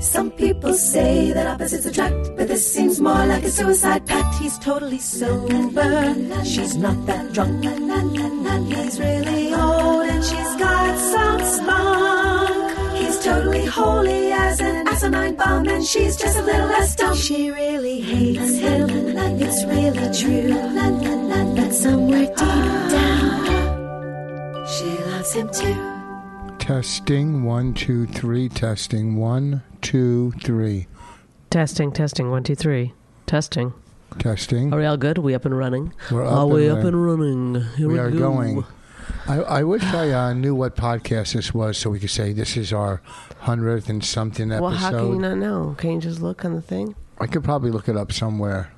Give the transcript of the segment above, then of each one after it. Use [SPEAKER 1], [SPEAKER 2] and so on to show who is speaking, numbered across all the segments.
[SPEAKER 1] Some people say that opposites attract, but this seems more like a suicide pact. He's totally sober, she's not that drunk. He's really old and she's got some spunk. He's totally holy as an asinine bomb, and she's just a little less dumb. She really hates him, it's really true. But somewhere deep down, she loves him too.
[SPEAKER 2] Testing one, two, three. Testing one, two, three.
[SPEAKER 3] Testing, testing, one, two, three. Testing.
[SPEAKER 2] Testing.
[SPEAKER 3] Are we all good? We up and running?
[SPEAKER 2] We're up
[SPEAKER 3] are
[SPEAKER 2] and
[SPEAKER 3] we up
[SPEAKER 2] running.
[SPEAKER 3] and running? Here
[SPEAKER 2] we
[SPEAKER 3] we,
[SPEAKER 2] are
[SPEAKER 3] go.
[SPEAKER 2] going. I, I wish I uh, knew what podcast this was so we could say this is our hundredth and something episode.
[SPEAKER 3] Well, how can you not know? Can you just look on the thing?
[SPEAKER 2] I could probably look it up somewhere.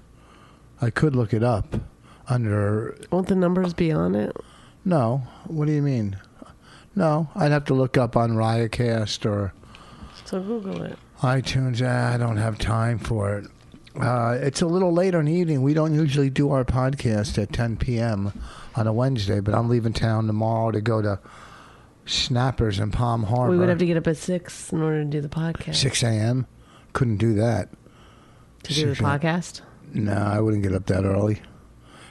[SPEAKER 2] I could look it up under.
[SPEAKER 3] Won't the numbers be on it?
[SPEAKER 2] No. What do you mean? No, I'd have to look up on Riotcast or
[SPEAKER 3] So Google it.
[SPEAKER 2] iTunes. Ah, I don't have time for it. Uh, it's a little late in the evening. We don't usually do our podcast at 10 p.m. on a Wednesday, but I'm leaving town tomorrow to go to Snappers in Palm Harbor.
[SPEAKER 3] We would have to get up at six in order to do the podcast.
[SPEAKER 2] 6 a.m. Couldn't do that.
[SPEAKER 3] to do the
[SPEAKER 2] six, yeah.
[SPEAKER 3] podcast.
[SPEAKER 2] No, I wouldn't get up that early.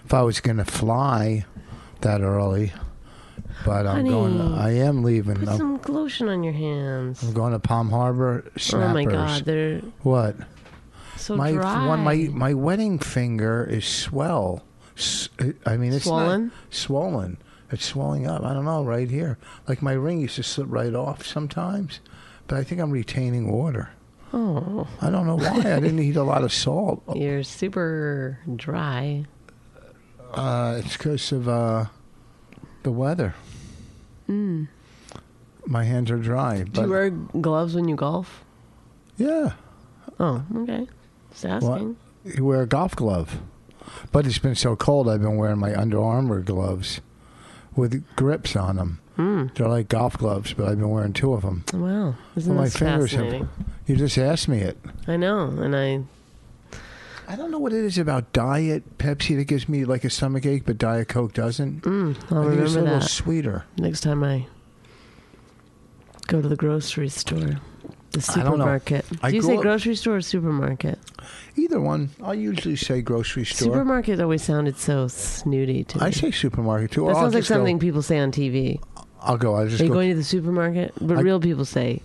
[SPEAKER 2] If I was going to fly that early, but I'm
[SPEAKER 3] Honey,
[SPEAKER 2] going. I am leaving.
[SPEAKER 3] Put
[SPEAKER 2] I'm,
[SPEAKER 3] some lotion on your hands.
[SPEAKER 2] I'm going to Palm Harbor Snappers.
[SPEAKER 3] Oh my God, they're
[SPEAKER 2] What?
[SPEAKER 3] so
[SPEAKER 2] my
[SPEAKER 3] dry.
[SPEAKER 2] one my my wedding finger is swell. S- uh, I mean, it's not-
[SPEAKER 3] Swollen?
[SPEAKER 2] swollen. It's swelling up. I don't know right here. Like my ring used to slip right off sometimes, but I think I'm retaining water.
[SPEAKER 3] oh,
[SPEAKER 2] I don't know why. I didn't eat a lot of salt.
[SPEAKER 3] you're super dry.
[SPEAKER 2] Uh, it's because of uh, the weather. My hands are dry.
[SPEAKER 3] Mm. Do
[SPEAKER 2] But
[SPEAKER 3] you wear gloves when you golf?
[SPEAKER 2] yeah,
[SPEAKER 3] Oh, okay. Just asking.
[SPEAKER 2] you wear a golf glove. But it's been so cold, I've been wearing my Under Armour gloves with grips on them.
[SPEAKER 3] Hmm.
[SPEAKER 2] They're like golf gloves, but I've been wearing two of them.
[SPEAKER 3] Wow, isn't
[SPEAKER 2] my
[SPEAKER 3] this
[SPEAKER 2] fingers have-
[SPEAKER 3] fascinating?
[SPEAKER 2] You just asked me it.
[SPEAKER 3] I know, and I
[SPEAKER 2] I don't know what it is about Diet Pepsi that gives me like a stomach ache, but Diet Coke doesn't.
[SPEAKER 3] I'll
[SPEAKER 2] I think it's a
[SPEAKER 3] Hmm, remember
[SPEAKER 2] little
[SPEAKER 3] that
[SPEAKER 2] sweeter.
[SPEAKER 3] next time I go to the grocery store, the
[SPEAKER 2] I don't know.
[SPEAKER 3] supermarket.
[SPEAKER 2] I
[SPEAKER 3] Do you
[SPEAKER 2] grew
[SPEAKER 3] say
[SPEAKER 2] up-
[SPEAKER 3] grocery store or supermarket?
[SPEAKER 2] Either one. I usually say grocery store.
[SPEAKER 3] Supermarket always sounded so snooty to me.
[SPEAKER 2] I say supermarket too. or
[SPEAKER 3] that
[SPEAKER 2] I'll
[SPEAKER 3] sounds like
[SPEAKER 2] just go-
[SPEAKER 3] something people say on TV.
[SPEAKER 2] I'll go. I just
[SPEAKER 3] Are you
[SPEAKER 2] go.
[SPEAKER 3] going to the supermarket? But
[SPEAKER 2] I-
[SPEAKER 3] real people say,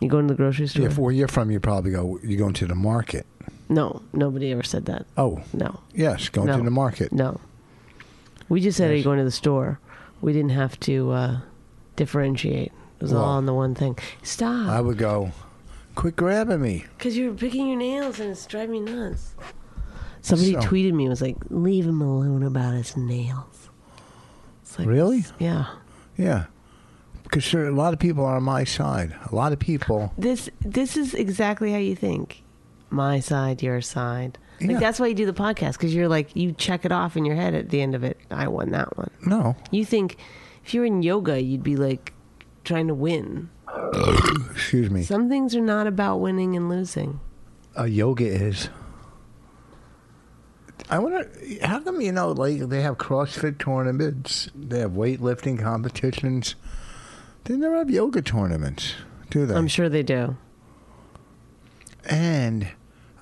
[SPEAKER 3] "You going to the grocery store?"
[SPEAKER 2] if where you're from, you probably go. You're going to the market.
[SPEAKER 3] no, nobody ever said that.
[SPEAKER 2] Oh,
[SPEAKER 3] No,
[SPEAKER 2] yes, going
[SPEAKER 3] No.
[SPEAKER 2] to the market.
[SPEAKER 3] no. We just said, "Are you
[SPEAKER 2] Yes.
[SPEAKER 3] going to the store?" We didn't have to uh, differentiate. It was
[SPEAKER 2] Well,
[SPEAKER 3] all on the one thing. Stop.
[SPEAKER 2] I would go. Quit grabbing me.
[SPEAKER 3] Because you're picking your nails and it's driving me nuts. Somebody
[SPEAKER 2] So-
[SPEAKER 3] tweeted me and was like, leave him alone about his nails. It's like,
[SPEAKER 2] Really?
[SPEAKER 3] Yeah.
[SPEAKER 2] Yeah, because there, a lot of people are on my side. A lot of people.
[SPEAKER 3] This this is exactly how you think. My side, your side.
[SPEAKER 2] Yeah.
[SPEAKER 3] Like that's why you do the podcast because you're like you check it off in your head at the end of it. I won that one.
[SPEAKER 2] No,
[SPEAKER 3] You think if you're in yoga, you'd be like trying to win.
[SPEAKER 2] excuse me.
[SPEAKER 3] Some things are not about winning and losing.
[SPEAKER 2] uh, yoga is. I wonder how come you know like they have CrossFit tournaments, they have weightlifting competitions. They never have yoga tournaments, do they?
[SPEAKER 3] I'm sure they do.
[SPEAKER 2] And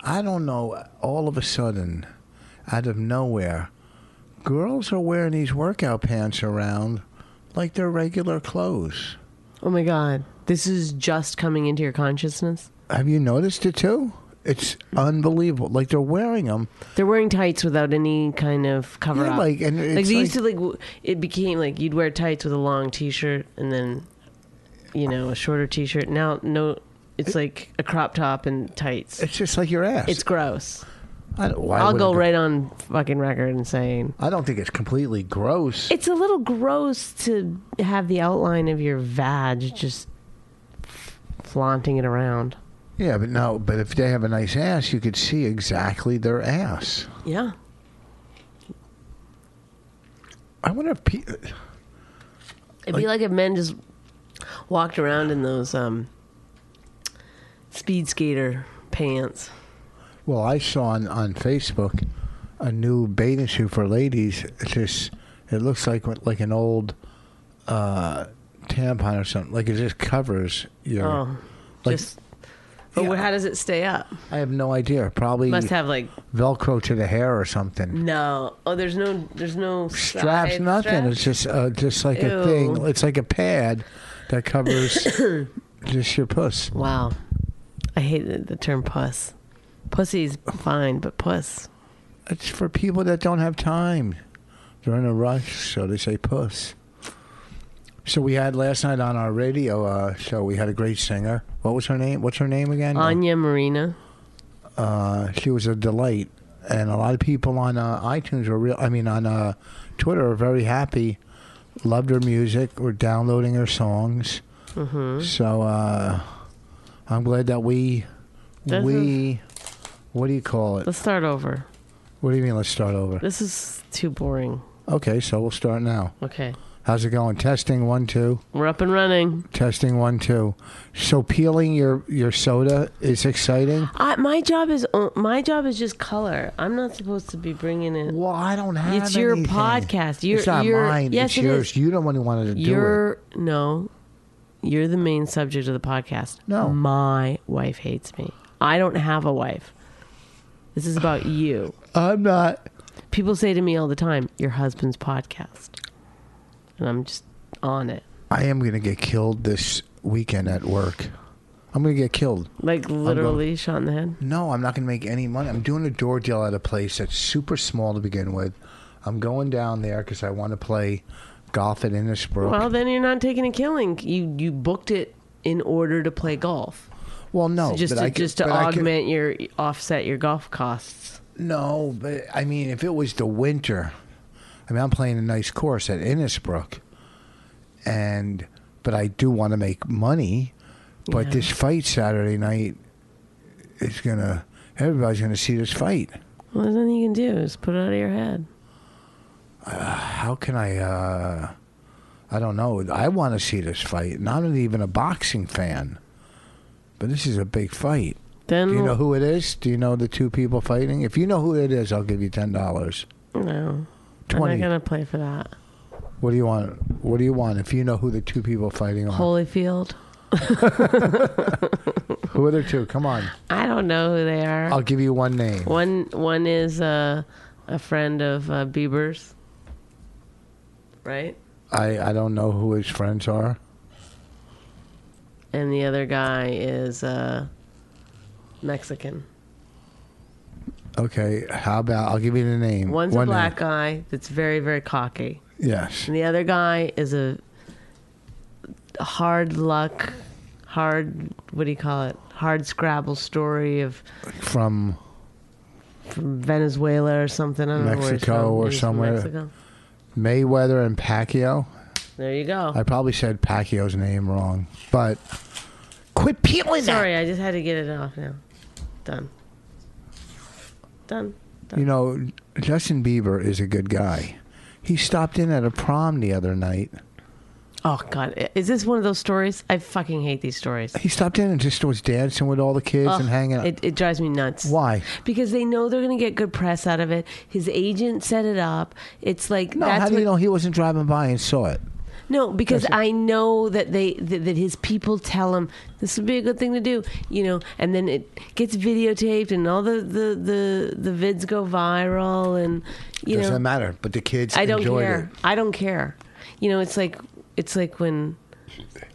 [SPEAKER 2] I don't know, all of a sudden, out of nowhere, girls are wearing these workout pants around like they're regular clothes.
[SPEAKER 3] Oh my god, this is just coming into your consciousness.
[SPEAKER 2] Have you noticed it too? It's unbelievable. Like they're wearing them.
[SPEAKER 3] They're wearing tights without any kind of cover
[SPEAKER 2] Yeah,
[SPEAKER 3] up.
[SPEAKER 2] like, and
[SPEAKER 3] like
[SPEAKER 2] it's
[SPEAKER 3] they
[SPEAKER 2] like-
[SPEAKER 3] used to like w- it became like you'd wear tights with a long t-shirt and then you know a shorter t-shirt. Now no, it's like a crop top and tights. It's,
[SPEAKER 2] It's just like your ass.
[SPEAKER 3] gross.
[SPEAKER 2] I don't, why
[SPEAKER 3] I'll
[SPEAKER 2] would it
[SPEAKER 3] go
[SPEAKER 2] be-
[SPEAKER 3] right on fucking record and saying
[SPEAKER 2] I don't think it's completely gross.
[SPEAKER 3] it's a little gross to have the outline of your vag just f- flaunting it around.
[SPEAKER 2] yeah, but no, but if they have a nice ass, you could see exactly their ass.
[SPEAKER 3] Yeah.
[SPEAKER 2] I wonder if pe-
[SPEAKER 3] It'd be like if men just walked around in those um, speed skater pants.
[SPEAKER 2] Well, I saw on, on Facebook a new bathing suit for ladies. It's just it looks like like an old uh, tampon or something. Like it just covers your.
[SPEAKER 3] Oh,
[SPEAKER 2] like,
[SPEAKER 3] just. But
[SPEAKER 2] Yeah.
[SPEAKER 3] how does it stay up?
[SPEAKER 2] I have no idea. Probably
[SPEAKER 3] Must have like
[SPEAKER 2] Velcro to the hair or something.
[SPEAKER 3] no. Oh, there's no, there's no
[SPEAKER 2] Straps,
[SPEAKER 3] side
[SPEAKER 2] nothing.
[SPEAKER 3] strap?
[SPEAKER 2] It's just uh, just like a thing.
[SPEAKER 3] Ew.
[SPEAKER 2] It's like a pad that covers just your puss.
[SPEAKER 3] Wow, I hate the, the term puss. Pussy's fine, but puss.
[SPEAKER 2] It's for people that don't have time. They're in a rush, so they say puss. So we had last night on our radio uh, show. We had a great singer. What was her name? What's her name again?
[SPEAKER 3] Anya Marina.
[SPEAKER 2] Uh, she was a delight, and a lot of people on uh, iTunes were real. I mean, on uh, Twitter are very happy. Loved her music. Were downloading her songs. So uh, I'm glad that we
[SPEAKER 3] This
[SPEAKER 2] we what do you call it?
[SPEAKER 3] Let's start over.
[SPEAKER 2] What do you mean? Let's start over.
[SPEAKER 3] This is too boring.
[SPEAKER 2] Okay, so we'll start now.
[SPEAKER 3] Okay,
[SPEAKER 2] How's it going? Testing one two.
[SPEAKER 3] we're up and running.
[SPEAKER 2] Testing one two. So peeling your your soda is exciting.
[SPEAKER 3] I, my job is o- my job is just color. I'm not supposed to be bringing in.
[SPEAKER 2] Well, I don't have.
[SPEAKER 3] It's your
[SPEAKER 2] anything.
[SPEAKER 3] podcast. You're-
[SPEAKER 2] it's not
[SPEAKER 3] you're-
[SPEAKER 2] mine.
[SPEAKER 3] yes,
[SPEAKER 2] it's
[SPEAKER 3] it
[SPEAKER 2] yours.
[SPEAKER 3] is.
[SPEAKER 2] You don't want to want to do it.
[SPEAKER 3] You're no, you're the main subject of the podcast.
[SPEAKER 2] No.
[SPEAKER 3] my wife hates me. I don't have a wife. This is about you.
[SPEAKER 2] I'm not.
[SPEAKER 3] People say to me all the time, "Your husband's podcast," and I'm just on it,
[SPEAKER 2] I am gonna get killed this weekend at work. I'm gonna get killed.
[SPEAKER 3] like literally shot in the head.
[SPEAKER 2] No, I'm not going to make any money. I'm doing a door deal at a place that's super small to begin with. I'm going down there because I want to play golf at Innisbrook.
[SPEAKER 3] Well, then you're not taking a killing. You you booked it in order to play golf,
[SPEAKER 2] well, no,
[SPEAKER 3] just
[SPEAKER 2] but
[SPEAKER 3] to,
[SPEAKER 2] I could-
[SPEAKER 3] just to
[SPEAKER 2] but I could-
[SPEAKER 3] augment your offset your golf costs.
[SPEAKER 2] no, but I mean, if it was the winter, I mean, I'm playing a nice course at Innisbrook, and but I do want to make money. But
[SPEAKER 3] Yeah.
[SPEAKER 2] this fight Saturday night is gonna. Everybody's gonna see this fight.
[SPEAKER 3] Well, there's nothing you can do. Just put it out of your head.
[SPEAKER 2] how can I? Uh, I don't know. I want to see this fight. Not even a boxing fan, but this is a big fight.
[SPEAKER 3] Then
[SPEAKER 2] Do you know who it is? Do you know the two people fighting? If you know who it is, I'll give you ten dollars.
[SPEAKER 3] no, I'm
[SPEAKER 2] 20.
[SPEAKER 3] not gonna play for that.
[SPEAKER 2] What do you want? What do you want? If you know who the two people fighting are,
[SPEAKER 3] Holyfield.
[SPEAKER 2] who are the two? Come on,
[SPEAKER 3] I don't know who they are.
[SPEAKER 2] I'll give you one name.
[SPEAKER 3] One one is uh, a friend of uh, Bieber's, right?
[SPEAKER 2] I I don't know who his friends are.
[SPEAKER 3] And the other guy is uh, Mexican.
[SPEAKER 2] Okay, how about I'll give you the name.
[SPEAKER 3] One's
[SPEAKER 2] One name.
[SPEAKER 3] a black guy that's very very cocky,
[SPEAKER 2] Yes.
[SPEAKER 3] and the other guy is a hard luck, hard what do you call it? Hard Scrabble story of
[SPEAKER 2] From
[SPEAKER 3] from Venezuela or something. I don't know where he's
[SPEAKER 2] Mexico
[SPEAKER 3] from.
[SPEAKER 2] or
[SPEAKER 3] He's from
[SPEAKER 2] somewhere.
[SPEAKER 3] Mexico.
[SPEAKER 2] Mayweather and Pacquiao.
[SPEAKER 3] There you go.
[SPEAKER 2] I probably said Pacquiao's name wrong, but quit peeling
[SPEAKER 3] Sorry, I just had to get it off now. Done. Done.
[SPEAKER 2] that. You know, Justin Bieber is a good guy. He stopped in at a prom the other night.
[SPEAKER 3] Oh God, I- is this one of those stories? I fucking hate these stories.
[SPEAKER 2] He stopped in and just was dancing with all the kids
[SPEAKER 3] Ugh,
[SPEAKER 2] and hanging out.
[SPEAKER 3] It, it drives me nuts.
[SPEAKER 2] Why?
[SPEAKER 3] Because they know they're going to get good press out of it. His agent set it up. It's like
[SPEAKER 2] No,
[SPEAKER 3] that's
[SPEAKER 2] how do you
[SPEAKER 3] what-
[SPEAKER 2] know he wasn't driving by and saw it?
[SPEAKER 3] No, because I know that they that, that his people tell him this would be a good thing to do, you know, and then it gets videotaped and all the the the, the vids go viral and you
[SPEAKER 2] Doesn't
[SPEAKER 3] know
[SPEAKER 2] matter. But the kids
[SPEAKER 3] I don't
[SPEAKER 2] enjoyed
[SPEAKER 3] care.
[SPEAKER 2] it.
[SPEAKER 3] I don't care. You know, it's like it's like when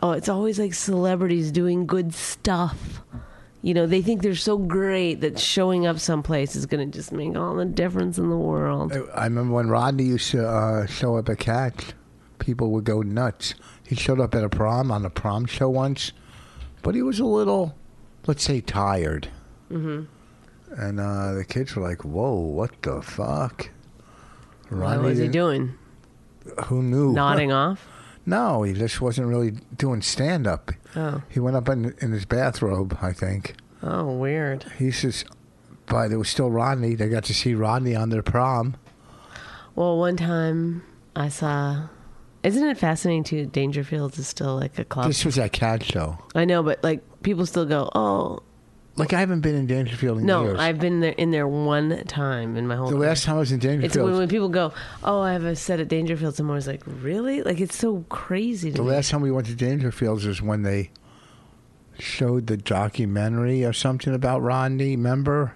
[SPEAKER 3] oh, it's always like celebrities doing good stuff. You know, they think they're so great that showing up someplace is going to just make all the difference in the world.
[SPEAKER 2] I- I remember when Rodney used to uh, show up at Cats, people would go nuts. He showed up at a prom on a prom show once, but he was a little, let's say, tired. Mm-hmm. And uh, the kids were like, "Whoa, what the fuck?"
[SPEAKER 3] What
[SPEAKER 2] Rodney,
[SPEAKER 3] was he
[SPEAKER 2] didn't-
[SPEAKER 3] doing?
[SPEAKER 2] who knew?
[SPEAKER 3] Nodding off?
[SPEAKER 2] No, he just wasn't really doing stand up.
[SPEAKER 3] Oh.
[SPEAKER 2] He went up in, in his bathrobe, I think.
[SPEAKER 3] Oh, weird.
[SPEAKER 2] He says, but it was still Rodney. They got to see Rodney on their prom.
[SPEAKER 3] Well, one time I saw. Isn't it fascinating too? Dangerfields is still like a club.
[SPEAKER 2] This was that cat show.
[SPEAKER 3] I know, but like people still go, oh
[SPEAKER 2] Like I haven't been in Dangerfield in
[SPEAKER 3] no,
[SPEAKER 2] years.
[SPEAKER 3] I've been there in there one time in my whole.
[SPEAKER 2] the
[SPEAKER 3] career.
[SPEAKER 2] last time I was in
[SPEAKER 3] It's when,
[SPEAKER 2] Dangerfield,
[SPEAKER 3] when people go, oh, I have a set at Dangerfield. Someone was like, really? Like it's so crazy. To
[SPEAKER 2] the
[SPEAKER 3] me.
[SPEAKER 2] last time we went to Dangerfields was when they showed the documentary or something about Rodney. Remember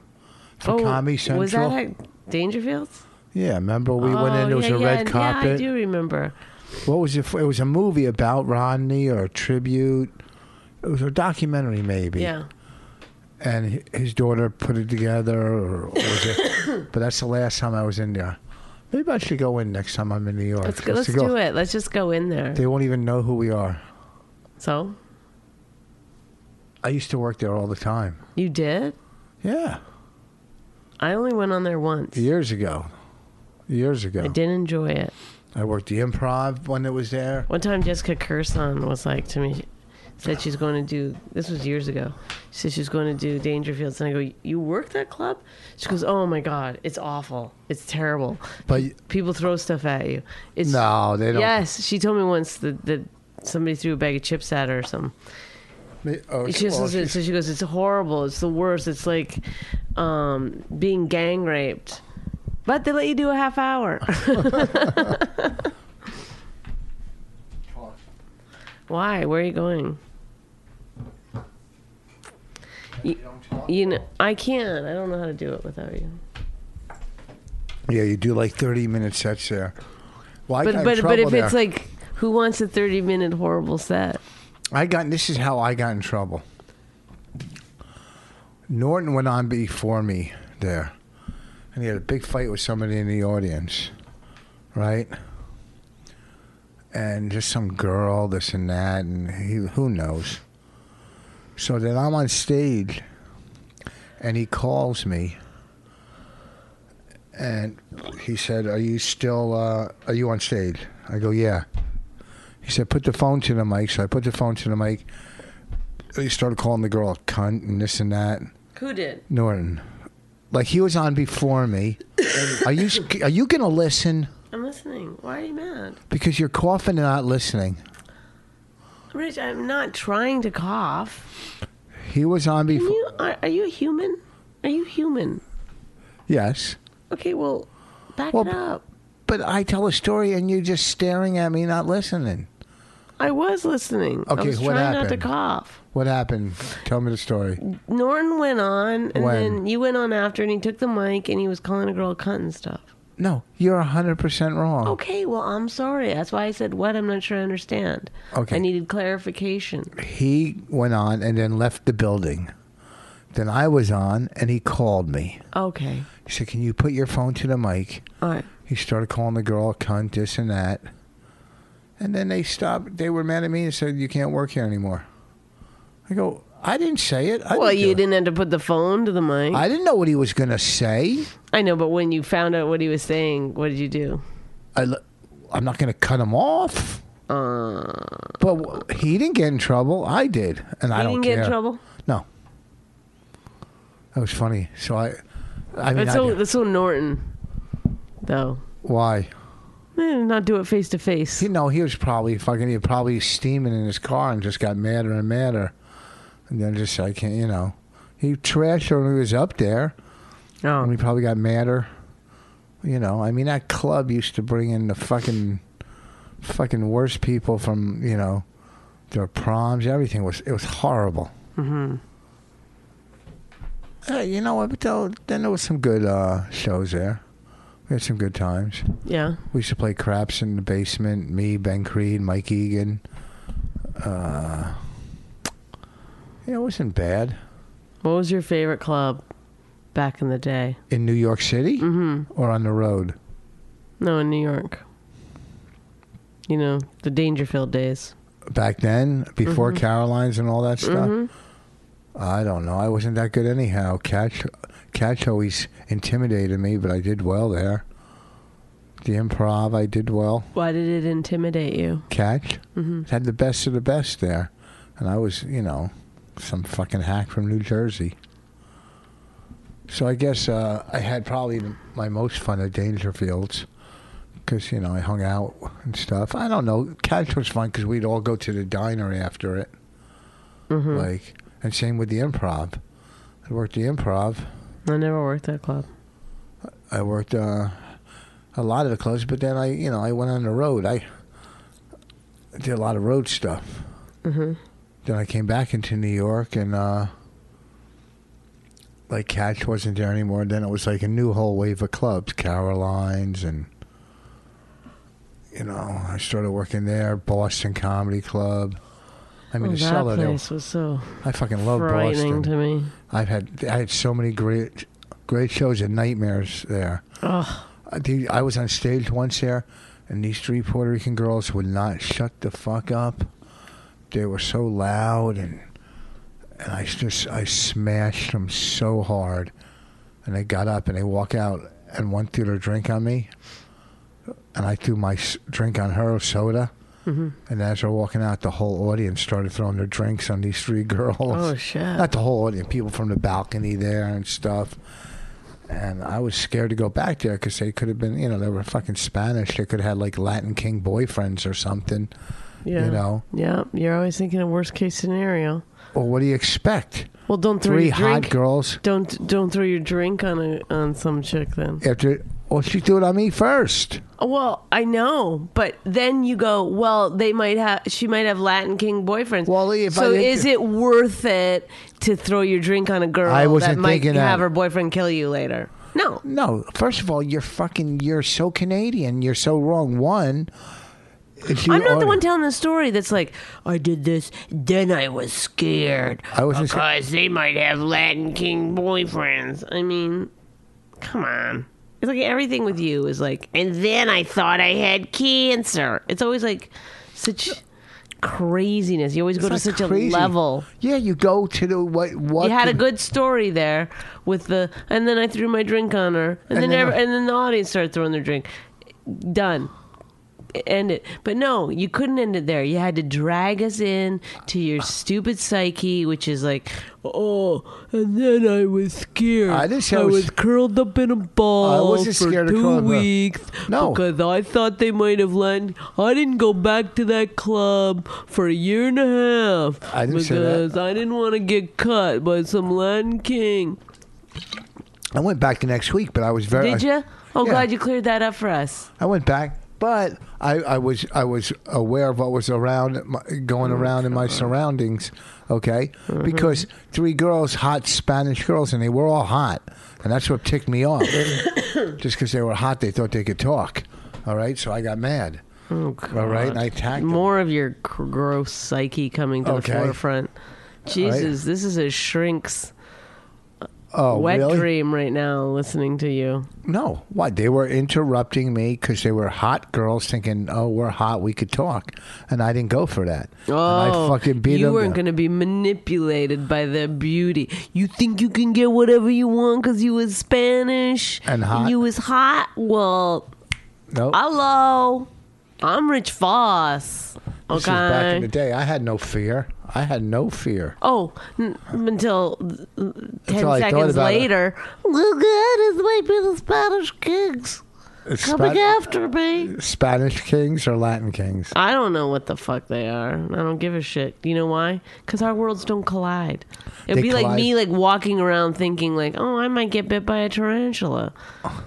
[SPEAKER 2] for Comedy Central?
[SPEAKER 3] Oh, Was that at Dangerfields?
[SPEAKER 2] yeah, remember we went in.
[SPEAKER 3] Oh,
[SPEAKER 2] There was
[SPEAKER 3] yeah,
[SPEAKER 2] a
[SPEAKER 3] yeah,
[SPEAKER 2] red carpet.
[SPEAKER 3] Yeah, I do remember.
[SPEAKER 2] What was it? For? It was a movie about Rodney or a tribute. It was a documentary, maybe.
[SPEAKER 3] Yeah.
[SPEAKER 2] And hi- his daughter put it together, or, or was it? but that's the last time I was in there. Maybe I should go in next time I'm in New York.
[SPEAKER 3] Let's go,
[SPEAKER 2] just to
[SPEAKER 3] let's
[SPEAKER 2] go-
[SPEAKER 3] do it. Let's just go in there.
[SPEAKER 2] They won't even know who we are.
[SPEAKER 3] So
[SPEAKER 2] I used to work there all the time.
[SPEAKER 3] you did?
[SPEAKER 2] Yeah,
[SPEAKER 3] I only went on there once.
[SPEAKER 2] years ago. Years ago,
[SPEAKER 3] I did enjoy it.
[SPEAKER 2] I worked the improv when it was there.
[SPEAKER 3] One time, Jessica Curson was like to me, said she's going to do. This was years ago. She said she's going to do Dangerfields, and I go, "You work that club?" She goes, "Oh my god, it's awful. It's terrible.
[SPEAKER 2] But
[SPEAKER 3] People throw stuff at you. It's
[SPEAKER 2] no, they don't.
[SPEAKER 3] Yes, she told me once that, that somebody threw a bag of chips at her or something.
[SPEAKER 2] They- oh,
[SPEAKER 3] She just
[SPEAKER 2] well,
[SPEAKER 3] was, so she goes, "It's horrible. It's the worst. It's like um, being gang raped." But they let you do a half hour. Why? Where are you going? You, you know, I can't. I don't know how to do it without you.
[SPEAKER 2] yeah, you do like thirty minute sets there. Well, I got
[SPEAKER 3] But
[SPEAKER 2] in
[SPEAKER 3] but but
[SPEAKER 2] trouble
[SPEAKER 3] if
[SPEAKER 2] there.
[SPEAKER 3] it's like, who wants a thirty-minute horrible set?
[SPEAKER 2] I got this is how I got in trouble. Norton went on before me there, and he had a big fight with somebody in the audience, right? And just some girl, this and that, and he, who knows. So then I'm on stage, and he calls me, and he said, "Are you still? Uh, are you on stage?" I go, "Yeah." He said, "Put the phone to the mic." So I put the phone to the mic. He started calling the girl a cunt and this and that.
[SPEAKER 3] Who did?
[SPEAKER 2] Norton, like he was on before me. are you are you gonna listen?
[SPEAKER 3] I'm listening. Why are you mad?
[SPEAKER 2] Because you're coughing and not listening.
[SPEAKER 3] Rich, I'm not trying to cough.
[SPEAKER 2] He was on
[SPEAKER 3] Can
[SPEAKER 2] before.
[SPEAKER 3] you, are, are you a human? Are you human?
[SPEAKER 2] yes,
[SPEAKER 3] Okay, well, back
[SPEAKER 2] Well,
[SPEAKER 3] it up.
[SPEAKER 2] but I tell a story and you're just staring at me, not listening.
[SPEAKER 3] I was listening. I
[SPEAKER 2] Okay,
[SPEAKER 3] was
[SPEAKER 2] what
[SPEAKER 3] trying not to
[SPEAKER 2] happened?
[SPEAKER 3] cough.
[SPEAKER 2] What happened? Tell me the story.
[SPEAKER 3] Norton went on, and
[SPEAKER 2] When?
[SPEAKER 3] then you went on after, and he took the mic, and he was calling a girl a cunt and stuff.
[SPEAKER 2] No, you're hundred percent wrong.
[SPEAKER 3] Okay, well, I'm sorry. That's why I said what I'm not sure I understand.
[SPEAKER 2] Okay.
[SPEAKER 3] I needed clarification.
[SPEAKER 2] He went on and then left the building. Then I was on and he called me.
[SPEAKER 3] Okay.
[SPEAKER 2] He said, "Can you put your phone to the mic?"
[SPEAKER 3] All right.
[SPEAKER 2] He started calling the girl a cunt, this and that. And then they stopped. They were mad at me and said, "You can't work here anymore." I go, "I didn't say it. I
[SPEAKER 3] Well,
[SPEAKER 2] didn't do
[SPEAKER 3] you
[SPEAKER 2] it."
[SPEAKER 3] didn't have to put the phone to the mic.
[SPEAKER 2] I didn't know what he was gonna say.
[SPEAKER 3] I know, but when you found out what he was saying, what did you do?
[SPEAKER 2] I, l- I'm not gonna cut him off."
[SPEAKER 3] Uh.
[SPEAKER 2] But w- he didn't get in trouble. I did, and I
[SPEAKER 3] You
[SPEAKER 2] don't
[SPEAKER 3] didn't get in
[SPEAKER 2] care.
[SPEAKER 3] trouble?
[SPEAKER 2] No, that was funny. So I, I mean,
[SPEAKER 3] That's
[SPEAKER 2] I
[SPEAKER 3] so
[SPEAKER 2] did-
[SPEAKER 3] that's so Norton, though.
[SPEAKER 2] why?
[SPEAKER 3] Eh, not do it face to face.
[SPEAKER 2] You know, he was probably fucking. He was probably steaming in his car and just got madder and madder, and then just I can't. You know, he trashed her when he was up there, and
[SPEAKER 3] Oh,
[SPEAKER 2] he probably got madder. You know, I mean, that club used to bring in the fucking, fucking worst people from you know, their proms. Everything was it was horrible. Mm-hmm. Hey, you know what? But though, then there was some good uh, shows there. We had some good times.
[SPEAKER 3] yeah.
[SPEAKER 2] We used to play craps in the basement. Me, Ben Creed, Mike Egan. Uh, yeah, it wasn't bad
[SPEAKER 3] What was your favorite club back in the day?
[SPEAKER 2] in New York City or on the road.
[SPEAKER 3] No, in New York. You know the Dangerfield days.
[SPEAKER 2] Back then, before Caroline's and all that stuff. I don't know. I wasn't that good anyhow. Catch, catch always intimidated me, but I did well there. The improv, I did well.
[SPEAKER 3] Why did it intimidate you?
[SPEAKER 2] Catch had the best of the best there, and I was, you know, some fucking hack from New Jersey. So I guess uh, I had probably the, my most fun at Dangerfields because you know I hung out and stuff. I don't know. Catch was fun because we'd all go to the diner after it. Like, and same with the improv. I worked the improv.
[SPEAKER 3] I never worked that club.
[SPEAKER 2] I worked uh, a lot of the clubs, but then I, you know, I went on the road. I did a lot of road stuff. Mm-hmm. Then I came back into New York, and uh, like Catch wasn't there anymore. Then it was like a new whole wave of clubs, Caroline's, and you know, I started working there, Boston Comedy Club. I mean,
[SPEAKER 3] Oh,
[SPEAKER 2] the
[SPEAKER 3] that
[SPEAKER 2] cellar. there-
[SPEAKER 3] place was so
[SPEAKER 2] I fucking love
[SPEAKER 3] frightening
[SPEAKER 2] Boston.
[SPEAKER 3] to me.
[SPEAKER 2] I've had I had so many great great shows and nightmares there.
[SPEAKER 3] Ugh.
[SPEAKER 2] I think- I was on stage once there, and these three Puerto Rican girls would not shut the fuck up. They were so loud, and and I just I smashed them so hard, and they got up and they walk out, and one threw their drink on me, and I threw my s- drink on her soda.
[SPEAKER 3] mm-hmm.
[SPEAKER 2] And as they're walking out, the whole audience started throwing their drinks on these three girls
[SPEAKER 3] Oh shit.
[SPEAKER 2] not the whole audience, people from the balcony there and stuff. And I was scared to go back there because they could have been, you know, they were fucking Spanish. They could have had like Latin King boyfriends or something,
[SPEAKER 3] yeah.
[SPEAKER 2] you know.
[SPEAKER 3] Yeah. You're always thinking of worst case scenario.
[SPEAKER 2] Well, what do you expect?
[SPEAKER 3] Well, don't throw
[SPEAKER 2] Three
[SPEAKER 3] your drink.
[SPEAKER 2] hot girls
[SPEAKER 3] Don't don't throw your drink on a on some chick then.
[SPEAKER 2] after. Well, she threw it on me first.
[SPEAKER 3] Well, I know, but then you go, well, they might have she might have Latin King boyfriends.
[SPEAKER 2] Well, if I
[SPEAKER 3] so
[SPEAKER 2] didn't-
[SPEAKER 3] is it worth it to throw your drink on a girl
[SPEAKER 2] I wasn't
[SPEAKER 3] that might
[SPEAKER 2] thinking that.
[SPEAKER 3] have her boyfriend kill you later? No.
[SPEAKER 2] No, first of all, you're fucking, you're so Canadian. You're so wrong. One, if you
[SPEAKER 3] I'm not
[SPEAKER 2] are-
[SPEAKER 3] the one telling the story that's like, I did this, then I was scared.
[SPEAKER 2] I was just-
[SPEAKER 3] because they might have Latin King boyfriends. I mean, come on. It's like everything with you is like, and then I thought I had cancer. It's always like such craziness. You always go to
[SPEAKER 2] It's not
[SPEAKER 3] such
[SPEAKER 2] crazy.
[SPEAKER 3] a level.
[SPEAKER 2] Yeah, you go to the what? What
[SPEAKER 3] You had
[SPEAKER 2] the-
[SPEAKER 3] a good story there with the, and then I threw my drink on her, and, then
[SPEAKER 2] then
[SPEAKER 3] ev-
[SPEAKER 2] I-
[SPEAKER 3] and then the audience started throwing their drink. Done. End it. But no, you couldn't end it there. You had to drag us in to your stupid psyche, which is like, oh, and then I was scared.
[SPEAKER 2] I didn't say I was-
[SPEAKER 3] was curled up in a ball
[SPEAKER 2] I wasn't
[SPEAKER 3] for
[SPEAKER 2] scared of
[SPEAKER 3] two
[SPEAKER 2] curling up.
[SPEAKER 3] weeks
[SPEAKER 2] No.
[SPEAKER 3] because I thought they might have let. I didn't go back to that club for a year and a half
[SPEAKER 2] I didn't
[SPEAKER 3] because
[SPEAKER 2] say that.
[SPEAKER 3] I didn't want to get cut by some Latin king.
[SPEAKER 2] I went back the next week, but I was very.
[SPEAKER 3] Did you? Oh,
[SPEAKER 2] Yeah.
[SPEAKER 3] glad you cleared that up for us.
[SPEAKER 2] I went back, but I, I was I was aware of what was around my, going
[SPEAKER 3] Mm.
[SPEAKER 2] around in my
[SPEAKER 3] Uh-huh.
[SPEAKER 2] surroundings. Okay, because three girls, hot Spanish girls, and they were all hot, and that's what ticked me off. Just because they were hot, they thought they could talk. All right, so I got mad. Oh, all right, and I attacked. them.
[SPEAKER 3] Oh, More of your cr- gross psyche coming to
[SPEAKER 2] Okay.
[SPEAKER 3] the forefront. Jesus, this is a shrink's
[SPEAKER 2] Oh,
[SPEAKER 3] wet
[SPEAKER 2] really?
[SPEAKER 3] dream right now. Listening to you,
[SPEAKER 2] No, why they were interrupting me because they were hot girls thinking, "Oh, we're hot, we could talk," and I didn't go for that.
[SPEAKER 3] oh,
[SPEAKER 2] and I fucking beat
[SPEAKER 3] you
[SPEAKER 2] them
[SPEAKER 3] weren't
[SPEAKER 2] down.
[SPEAKER 3] going to be manipulated by their beauty. You think you can get whatever you want because you was Spanish
[SPEAKER 2] And hot.
[SPEAKER 3] You was hot. Well,
[SPEAKER 2] Nope.
[SPEAKER 3] Hello. I'm Rich Foss. Okay.
[SPEAKER 2] This is back in the day. I had no fear. I had no fear.
[SPEAKER 3] oh, n- until uh, 10
[SPEAKER 2] Until I thought
[SPEAKER 3] seconds
[SPEAKER 2] about it.
[SPEAKER 3] later. Look at this might be the Spanish kings
[SPEAKER 2] It's
[SPEAKER 3] coming
[SPEAKER 2] Span-
[SPEAKER 3] after me.
[SPEAKER 2] Spanish kings or Latin kings?
[SPEAKER 3] I don't know what the fuck they are. I don't give a shit. You know why? Because our worlds don't collide. It'd
[SPEAKER 2] They
[SPEAKER 3] be like
[SPEAKER 2] collide.
[SPEAKER 3] me like walking around thinking like, oh, I might get bit by a tarantula.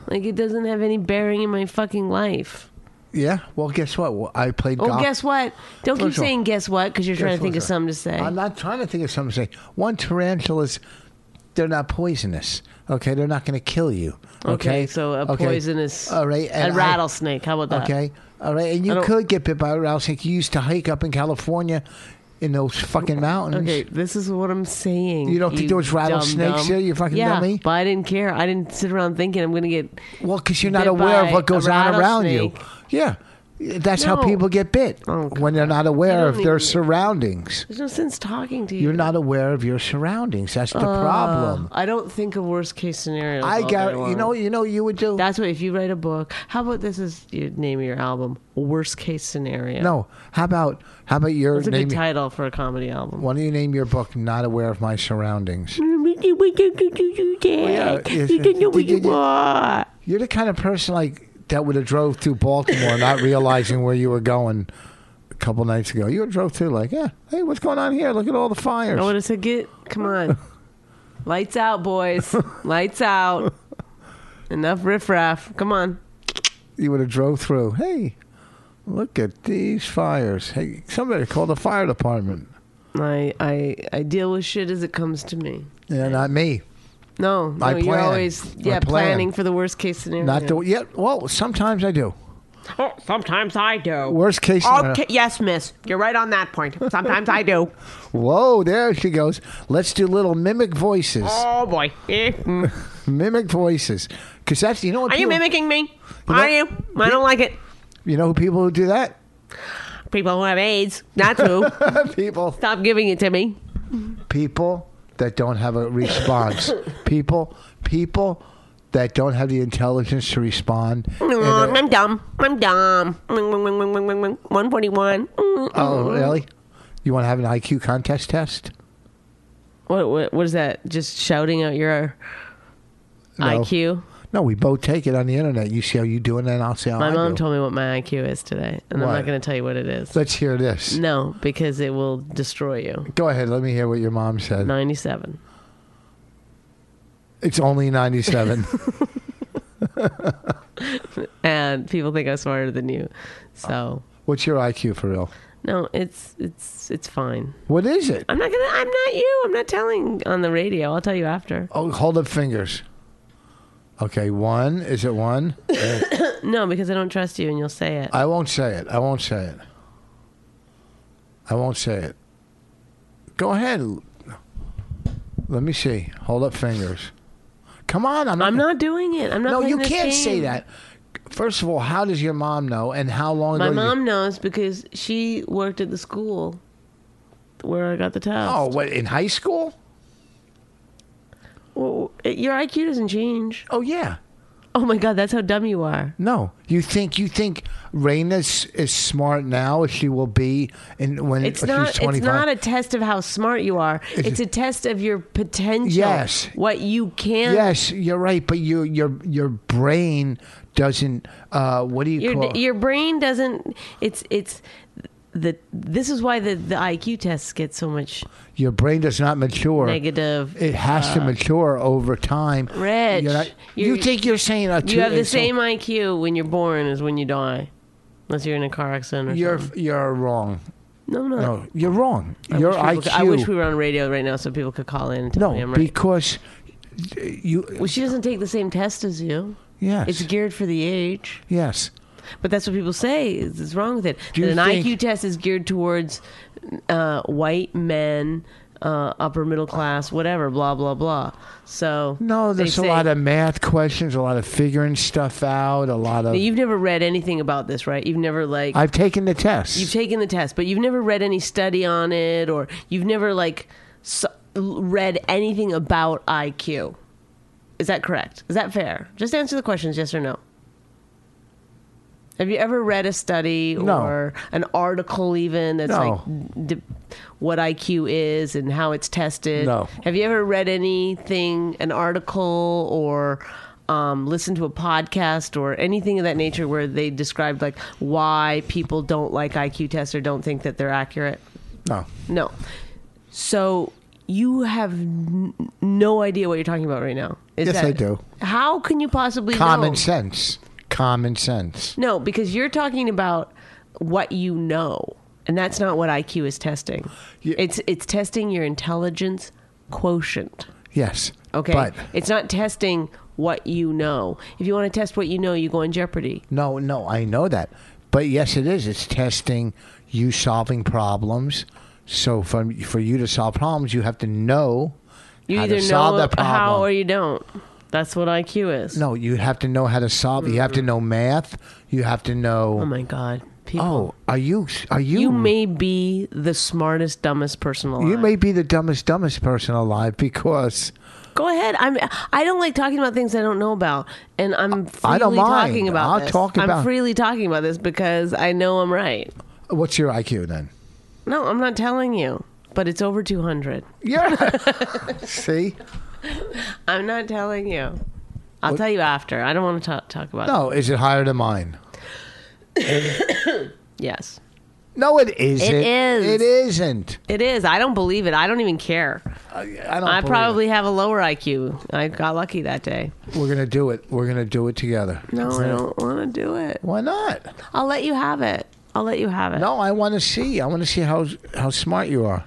[SPEAKER 3] Like it doesn't have any bearing in my fucking life.
[SPEAKER 2] Yeah. Well, guess what? I played
[SPEAKER 3] Oh,
[SPEAKER 2] golf.
[SPEAKER 3] guess what? Don't keep
[SPEAKER 2] Listen.
[SPEAKER 3] saying guess what because you're trying
[SPEAKER 2] Guess
[SPEAKER 3] to think
[SPEAKER 2] what?
[SPEAKER 3] of something to say.
[SPEAKER 2] I'm not trying to think of something to say. One tarantulas, they're not poisonous. Okay, they're not going to kill you. Okay,
[SPEAKER 3] so a
[SPEAKER 2] Okay.
[SPEAKER 3] poisonous,
[SPEAKER 2] All right,
[SPEAKER 3] a
[SPEAKER 2] and I-
[SPEAKER 3] rattlesnake. How about that?
[SPEAKER 2] Okay, all right, and you
[SPEAKER 3] don't-
[SPEAKER 2] could get bit by a rattlesnake. You used to hike up in California, in those fucking mountains.
[SPEAKER 3] Okay, this is what I'm saying.
[SPEAKER 2] You don't think there was rattlesnakes
[SPEAKER 3] dumb-dumb.
[SPEAKER 2] there, you fucking
[SPEAKER 3] yeah,
[SPEAKER 2] dummy?
[SPEAKER 3] But I didn't care. I didn't sit around thinking I'm going to get.
[SPEAKER 2] Well, because you're not
[SPEAKER 3] bit
[SPEAKER 2] aware
[SPEAKER 3] by
[SPEAKER 2] of what goes
[SPEAKER 3] a
[SPEAKER 2] on around you.
[SPEAKER 3] rattlesnake.
[SPEAKER 2] Yeah. That's how
[SPEAKER 3] No.
[SPEAKER 2] people get bit
[SPEAKER 3] Oh, God.
[SPEAKER 2] when they're not aware
[SPEAKER 3] don't
[SPEAKER 2] of their
[SPEAKER 3] even-
[SPEAKER 2] surroundings.
[SPEAKER 3] There's no sense talking to you. Uh,
[SPEAKER 2] You're not aware of your surroundings. That's the problem.
[SPEAKER 3] I don't think of worst case scenario.
[SPEAKER 2] I got you know you know what you would do
[SPEAKER 3] That's what if you write a book. How about this is your name of your album? Worst case scenario.
[SPEAKER 2] no. How about how about your
[SPEAKER 3] it's a
[SPEAKER 2] name?
[SPEAKER 3] good title for a comedy album.
[SPEAKER 2] Why don't you name your book "Not Aware of My Surroundings"?
[SPEAKER 3] You don't know what you
[SPEAKER 2] yes.
[SPEAKER 3] want.
[SPEAKER 2] You're the kind of person like that would have drove through Baltimore, not realizing where you were going a couple nights ago. You would have drove through like, yeah, hey, what's going on here? Look at all the fires.
[SPEAKER 3] I would have said, "Get, come on, lights out, boys, lights out. Enough riffraff. Come on."
[SPEAKER 2] you would have drove through. Hey, look at these fires. Hey, somebody call the fire department.
[SPEAKER 3] I I I deal with shit as it comes to me.
[SPEAKER 2] Yeah, not me.
[SPEAKER 3] No, no
[SPEAKER 2] I
[SPEAKER 3] you're
[SPEAKER 2] plan.
[SPEAKER 3] always
[SPEAKER 2] I
[SPEAKER 3] yeah
[SPEAKER 2] plan.
[SPEAKER 3] planning for the worst case scenario.
[SPEAKER 2] Not the yeah. Well, sometimes I do.
[SPEAKER 3] Oh, sometimes I do.
[SPEAKER 2] Worst case scenario.
[SPEAKER 3] Okay, yes, miss. You're right on that point. Sometimes I do.
[SPEAKER 2] Whoa, there she goes. Let's do little mimic voices.
[SPEAKER 3] Oh boy. Eh, mm.
[SPEAKER 2] Mimic voices, because that's you know what
[SPEAKER 3] Are you
[SPEAKER 2] people,
[SPEAKER 3] mimicking me?
[SPEAKER 2] know-
[SPEAKER 3] Are you? I don't like it.
[SPEAKER 2] you know people who do that.
[SPEAKER 3] People who have AIDS. That's who.
[SPEAKER 2] people,
[SPEAKER 3] Stop giving it to me.
[SPEAKER 2] people that don't have a response. people, people that don't have the intelligence to respond. And uh,
[SPEAKER 3] Mm,
[SPEAKER 2] they're-
[SPEAKER 3] I'm dumb. I'm dumb. Mm, mm, mm, mm, mm, mm, 141. Mm.
[SPEAKER 2] oh, really? You want to have an IQ contest test?
[SPEAKER 3] What, what what is that? Just shouting out your
[SPEAKER 2] No.
[SPEAKER 3] IQ?
[SPEAKER 2] No, we both take it on the internet. You see how you doing, and I'll see how
[SPEAKER 3] My
[SPEAKER 2] I
[SPEAKER 3] mom
[SPEAKER 2] do.
[SPEAKER 3] told me what my IQ is today, and I'm
[SPEAKER 2] What?
[SPEAKER 3] not going to tell you what it is.
[SPEAKER 2] Let's hear this.
[SPEAKER 3] No, because it will destroy you.
[SPEAKER 2] Go ahead. Let me hear what your mom said.
[SPEAKER 3] 97.
[SPEAKER 2] It's only ninety-seven.
[SPEAKER 3] And people think I'm smarter than you.
[SPEAKER 2] Oh.
[SPEAKER 3] So,
[SPEAKER 2] What's your IQ for real?
[SPEAKER 3] no, it's it's it's fine.
[SPEAKER 2] What is it?
[SPEAKER 3] I'm not going to I'm not you. I'm not telling on the radio. I'll tell you after.
[SPEAKER 2] Oh, hold up fingers. Okay, one. Is it one?
[SPEAKER 3] No, because I don't trust you and you'll say it.
[SPEAKER 2] I won't say it. I won't say it. I won't say it. Go ahead. Let me see. Hold up fingers. Come on. I'm not.
[SPEAKER 3] I'm not doing it. I'm not
[SPEAKER 2] no,
[SPEAKER 3] playing
[SPEAKER 2] you
[SPEAKER 3] this
[SPEAKER 2] can't say
[SPEAKER 3] game.
[SPEAKER 2] that. First of all, how does your mom know, and how long
[SPEAKER 3] My
[SPEAKER 2] ago? you-
[SPEAKER 3] mom knows because she worked at the school where I got the test.
[SPEAKER 2] oh, what in high school?
[SPEAKER 3] Well, it- your IQ doesn't change.
[SPEAKER 2] Oh yeah.
[SPEAKER 3] Oh my God, that's how dumb you are.
[SPEAKER 2] No, you think you think Raina s- is smart now as she will be in when
[SPEAKER 3] It's
[SPEAKER 2] she's
[SPEAKER 3] not.
[SPEAKER 2] twenty
[SPEAKER 3] It's not
[SPEAKER 2] five.
[SPEAKER 3] a test of how smart you are. It's a test of your potential.
[SPEAKER 2] Yes.
[SPEAKER 3] What you can.
[SPEAKER 2] Yes, you're right, but your your your brain doesn't. Uh, what do you
[SPEAKER 3] Your
[SPEAKER 2] call?
[SPEAKER 3] your brain doesn't. It's it's the. This is why the the IQ tests get so much
[SPEAKER 2] your brain does not mature.
[SPEAKER 3] negative. Uh,
[SPEAKER 2] It has to mature over time.
[SPEAKER 3] Rich,
[SPEAKER 2] You're not- you
[SPEAKER 3] you're-
[SPEAKER 2] think you're saying a two,
[SPEAKER 3] you have the
[SPEAKER 2] it's a-
[SPEAKER 3] same IQ when you're born as when you die, unless you're in a car accident or
[SPEAKER 2] You're
[SPEAKER 3] something.
[SPEAKER 2] you're wrong.
[SPEAKER 3] No, no.
[SPEAKER 2] No, you're wrong.
[SPEAKER 3] I
[SPEAKER 2] your
[SPEAKER 3] wish people
[SPEAKER 2] IQ.
[SPEAKER 3] could- I wish we were on radio right now so people could call in and tell me
[SPEAKER 2] no,
[SPEAKER 3] I'm right.
[SPEAKER 2] because you.
[SPEAKER 3] well, she doesn't take the same test as you.
[SPEAKER 2] Yes.
[SPEAKER 3] It's geared for the age.
[SPEAKER 2] yes.
[SPEAKER 3] But that's what people say is, is wrong with it.
[SPEAKER 2] Do you
[SPEAKER 3] That an
[SPEAKER 2] think-
[SPEAKER 3] IQ test is geared towards uh, white men, uh, upper middle class, whatever, blah blah blah. So
[SPEAKER 2] No,
[SPEAKER 3] they
[SPEAKER 2] there's a
[SPEAKER 3] say-
[SPEAKER 2] lot of math questions, a lot of figuring stuff out, a lot of.
[SPEAKER 3] You've never read anything about this, right? You've never like
[SPEAKER 2] I've taken the test.
[SPEAKER 3] you've taken the test, but you've never read any study on it, or you've never like s read anything about IQ. Is that correct? Is that fair? Just answer the questions, yes or no. Have you ever read a study
[SPEAKER 2] No.
[SPEAKER 3] or an article even that's
[SPEAKER 2] No.
[SPEAKER 3] like d- what IQ is and how it's tested?
[SPEAKER 2] No.
[SPEAKER 3] Have you ever read anything, an article or um, listened to a podcast or anything of that nature where they described like why people don't like IQ tests or don't think that they're accurate?
[SPEAKER 2] no.
[SPEAKER 3] No. So you have n- no idea what you're talking about right now. Is
[SPEAKER 2] Yes, I do.
[SPEAKER 3] How can you possibly
[SPEAKER 2] Common
[SPEAKER 3] know?
[SPEAKER 2] sense. Common sense.
[SPEAKER 3] No, because you're talking about what you know, and that's not what IQ is testing.
[SPEAKER 2] Ye-
[SPEAKER 3] It's it's testing your intelligence quotient.
[SPEAKER 2] Yes.
[SPEAKER 3] Okay,
[SPEAKER 2] But
[SPEAKER 3] it's not testing what you know. If you want to test what you know, you go on Jeopardy.
[SPEAKER 2] no, no, I know that. But yes, it is. It's testing you solving problems. So for for you to solve problems, you have to know
[SPEAKER 3] You
[SPEAKER 2] how
[SPEAKER 3] either
[SPEAKER 2] to solve
[SPEAKER 3] know
[SPEAKER 2] that problem.
[SPEAKER 3] how or you don't. That's what IQ is.
[SPEAKER 2] no, you have to know how to solve. You have to know math. You have to know.
[SPEAKER 3] Mm-hmm. Oh my God,
[SPEAKER 2] Oh,
[SPEAKER 3] people.
[SPEAKER 2] are you? Are you?
[SPEAKER 3] You may be the smartest, dumbest person alive.
[SPEAKER 2] You may be the dumbest, dumbest person alive because
[SPEAKER 3] Go ahead. I'm. I don't like talking about things I don't know about, and I'm freely
[SPEAKER 2] I don't mind.
[SPEAKER 3] talking about
[SPEAKER 2] I'll
[SPEAKER 3] this.
[SPEAKER 2] talk about-
[SPEAKER 3] I'm freely talking about this because I know I'm right.
[SPEAKER 2] what's your IQ then?
[SPEAKER 3] No, I'm not telling you, but it's over 200.
[SPEAKER 2] Yeah. See?
[SPEAKER 3] I'm not telling you. I'll tell you after. I don't want to talk talk about. it.
[SPEAKER 2] No, is it higher than mine?
[SPEAKER 3] Yes,
[SPEAKER 2] No, it isn't.
[SPEAKER 3] is.
[SPEAKER 2] It isn't.
[SPEAKER 3] it is. I don't believe it. I don't even care.
[SPEAKER 2] I, I don't.
[SPEAKER 3] I
[SPEAKER 2] believe it.
[SPEAKER 3] probably have a lower IQ. I got lucky that day.
[SPEAKER 2] We're gonna do it. We're gonna do it together.
[SPEAKER 3] No, I don't want to do it.
[SPEAKER 2] Why not?
[SPEAKER 3] I'll let you have it. I'll let you have it.
[SPEAKER 2] No, I want to see. I want to see how how smart you are.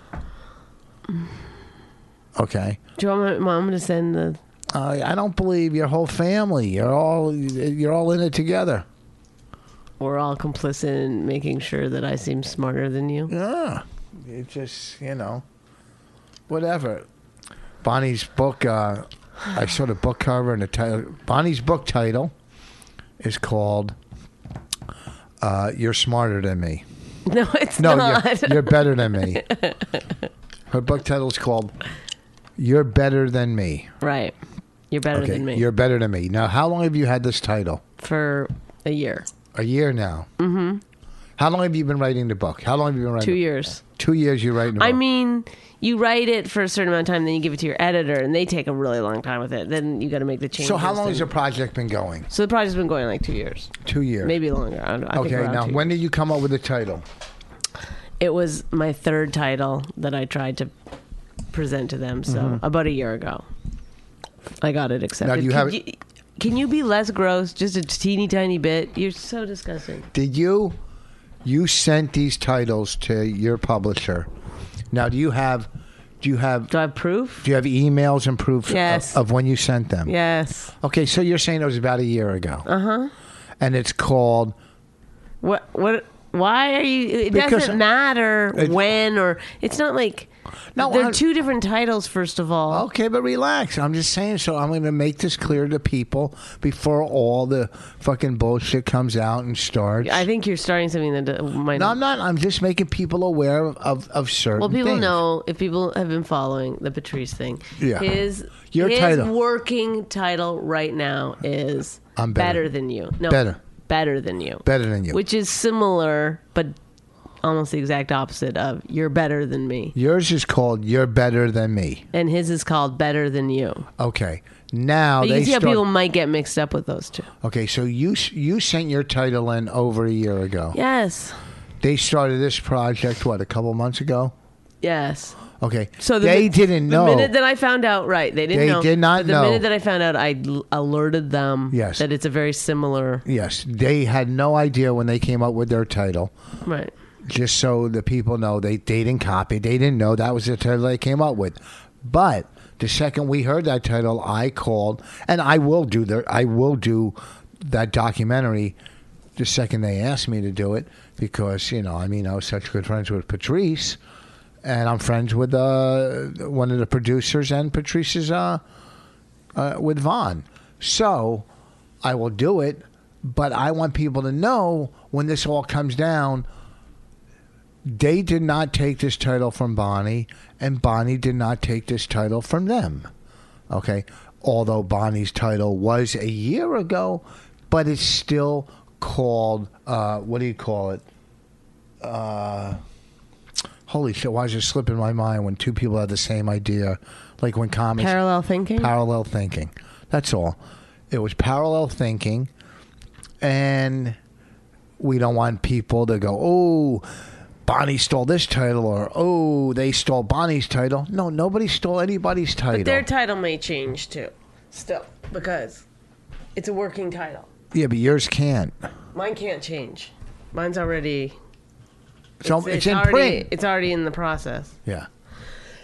[SPEAKER 2] Okay.
[SPEAKER 3] Do you want my mom to send the?
[SPEAKER 2] Uh, I don't believe your whole family. You're all you're all in it together.
[SPEAKER 3] We're all complicit in making sure that I seem smarter than you.
[SPEAKER 2] Yeah. Ah. It just, you know, whatever. Bonnie's book, uh, I saw the book cover and the title. Bonnie's book title is called uh, You're Smarter Than Me.
[SPEAKER 3] No, it's
[SPEAKER 2] No,
[SPEAKER 3] not.
[SPEAKER 2] you're, you're Better Than Me. Her book title is called You're Better Than Me.
[SPEAKER 3] right. You're better
[SPEAKER 2] Okay.
[SPEAKER 3] than me.
[SPEAKER 2] You're Better Than Me. Now, how long have you had this title?
[SPEAKER 3] for a year,
[SPEAKER 2] A year now. Mm hmm. How long have you been writing the book? How long have you been writing?
[SPEAKER 3] Mm-hmm. two
[SPEAKER 2] the-
[SPEAKER 3] years.
[SPEAKER 2] Two years. You're writing. The
[SPEAKER 3] I
[SPEAKER 2] book.
[SPEAKER 3] mean, you write it for a certain amount of time, then you give it to your editor, and they take a really long time with it. Then you got to make the changes.
[SPEAKER 2] So, how long
[SPEAKER 3] and-
[SPEAKER 2] has your project been going?
[SPEAKER 3] So the project's been going like two years,
[SPEAKER 2] Two years.
[SPEAKER 3] maybe longer. I don't know. I think
[SPEAKER 2] Okay,
[SPEAKER 3] around
[SPEAKER 2] now
[SPEAKER 3] two
[SPEAKER 2] when did you come up with the title?
[SPEAKER 3] it was my third title that I tried to present to them. So about a year ago, I got it accepted.
[SPEAKER 2] Mm-hmm. you
[SPEAKER 3] Can
[SPEAKER 2] have-
[SPEAKER 3] you- Can you be less gross? Just a teeny tiny bit. You're so disgusting.
[SPEAKER 2] Did you you sent these titles to your publisher? Now, do you have do you have
[SPEAKER 3] Do I have proof?
[SPEAKER 2] do you have emails and proof
[SPEAKER 3] Yes.
[SPEAKER 2] of, of when you sent them?
[SPEAKER 3] Yes.
[SPEAKER 2] Okay, so you're saying it was about a year ago. Uh huh.
[SPEAKER 3] Uh-huh.
[SPEAKER 2] And it's called
[SPEAKER 3] What? What? Why are you? It
[SPEAKER 2] Because-
[SPEAKER 3] doesn't matter
[SPEAKER 2] It-
[SPEAKER 3] when or it's not like.
[SPEAKER 2] No,
[SPEAKER 3] there are
[SPEAKER 2] I'm-
[SPEAKER 3] two different titles. First of all,
[SPEAKER 2] Okay, but relax. I'm just saying. So I'm going to make this clear to people before all the fucking bullshit comes out and starts.
[SPEAKER 3] I think you're starting something that uh, might.
[SPEAKER 2] no,
[SPEAKER 3] not.
[SPEAKER 2] I'm not. I'm just making people aware of of, of certain.
[SPEAKER 3] Well, people
[SPEAKER 2] things.
[SPEAKER 3] know if people have been following the Patrice thing.
[SPEAKER 2] Yeah.
[SPEAKER 3] His
[SPEAKER 2] Your
[SPEAKER 3] his
[SPEAKER 2] title.
[SPEAKER 3] working title right now is
[SPEAKER 2] I'm better.
[SPEAKER 3] than you. No,
[SPEAKER 2] Better.
[SPEAKER 3] better than you.
[SPEAKER 2] better than you.
[SPEAKER 3] Which is similar, but almost the exact opposite of you're better than me.
[SPEAKER 2] Yours is called "You're Better Than Me."
[SPEAKER 3] And his is called better than you.
[SPEAKER 2] Okay, now
[SPEAKER 3] But you
[SPEAKER 2] they
[SPEAKER 3] can see how
[SPEAKER 2] start.
[SPEAKER 3] people might get mixed up with those two.
[SPEAKER 2] okay, so you s- you sent your title in over a year ago.
[SPEAKER 3] Yes.
[SPEAKER 2] They started this project what a couple months ago.
[SPEAKER 3] Yes.
[SPEAKER 2] Okay,
[SPEAKER 3] So the
[SPEAKER 2] they
[SPEAKER 3] mi-
[SPEAKER 2] didn't
[SPEAKER 3] the
[SPEAKER 2] know.
[SPEAKER 3] minute that I found out, right? They didn't
[SPEAKER 2] They
[SPEAKER 3] know.
[SPEAKER 2] did not
[SPEAKER 3] But the
[SPEAKER 2] know.
[SPEAKER 3] minute that I found out, I l- alerted them
[SPEAKER 2] Yes.
[SPEAKER 3] that it's a very similar.
[SPEAKER 2] yes, they had no idea when they came up with their title.
[SPEAKER 3] Right.
[SPEAKER 2] Just so the people know, they they didn't copy. They didn't know that was the title they came up with. But the second we heard that title, I called, and I will do their I will do that documentary the second they asked me to do it because you know I mean I was such good friends with Patrice, and I'm friends with uh, one of the producers and Patrice's uh, uh, with Vaughn. So I will do it, but I want people to know when this all comes down. They did not take this title from Bonnie, and Bonnie did not take this title from them. Okay. Although Bonnie's title was a year ago, but it's still called, uh, what do you call it? Uh, holy shit, why is it slipping my mind when two people have the same idea? Like when comics
[SPEAKER 3] Parallel thinking.
[SPEAKER 2] parallel thinking. That's all. It was parallel thinking, and we don't want people to go, oh, Bonnie stole this title, or oh, they stole Bonnie's title. No, nobody stole anybody's title.
[SPEAKER 3] Their title may change too, still, because it's a working title.
[SPEAKER 2] yeah, but yours can't.
[SPEAKER 3] Mine can't change. Mine's already.
[SPEAKER 2] So it's, in
[SPEAKER 3] already,
[SPEAKER 2] print.
[SPEAKER 3] It's already in the process.
[SPEAKER 2] yeah,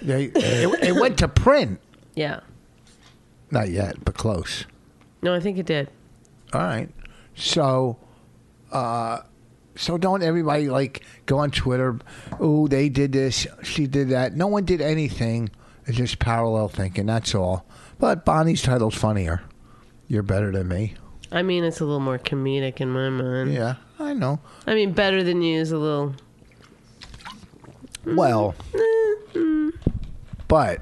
[SPEAKER 2] they, it, it went to print.
[SPEAKER 3] Yeah.
[SPEAKER 2] Not yet, but close.
[SPEAKER 3] No, I think it did.
[SPEAKER 2] All right. So, uh, so don't everybody like go on Twitter? Oh, they did this. She did that. No one did anything. It's just parallel thinking. That's all. But Bonnie's title's funnier. You're better than me.
[SPEAKER 3] I mean, it's a little more comedic in my mind.
[SPEAKER 2] Yeah, I know.
[SPEAKER 3] I mean, better than you is a little.
[SPEAKER 2] Well, but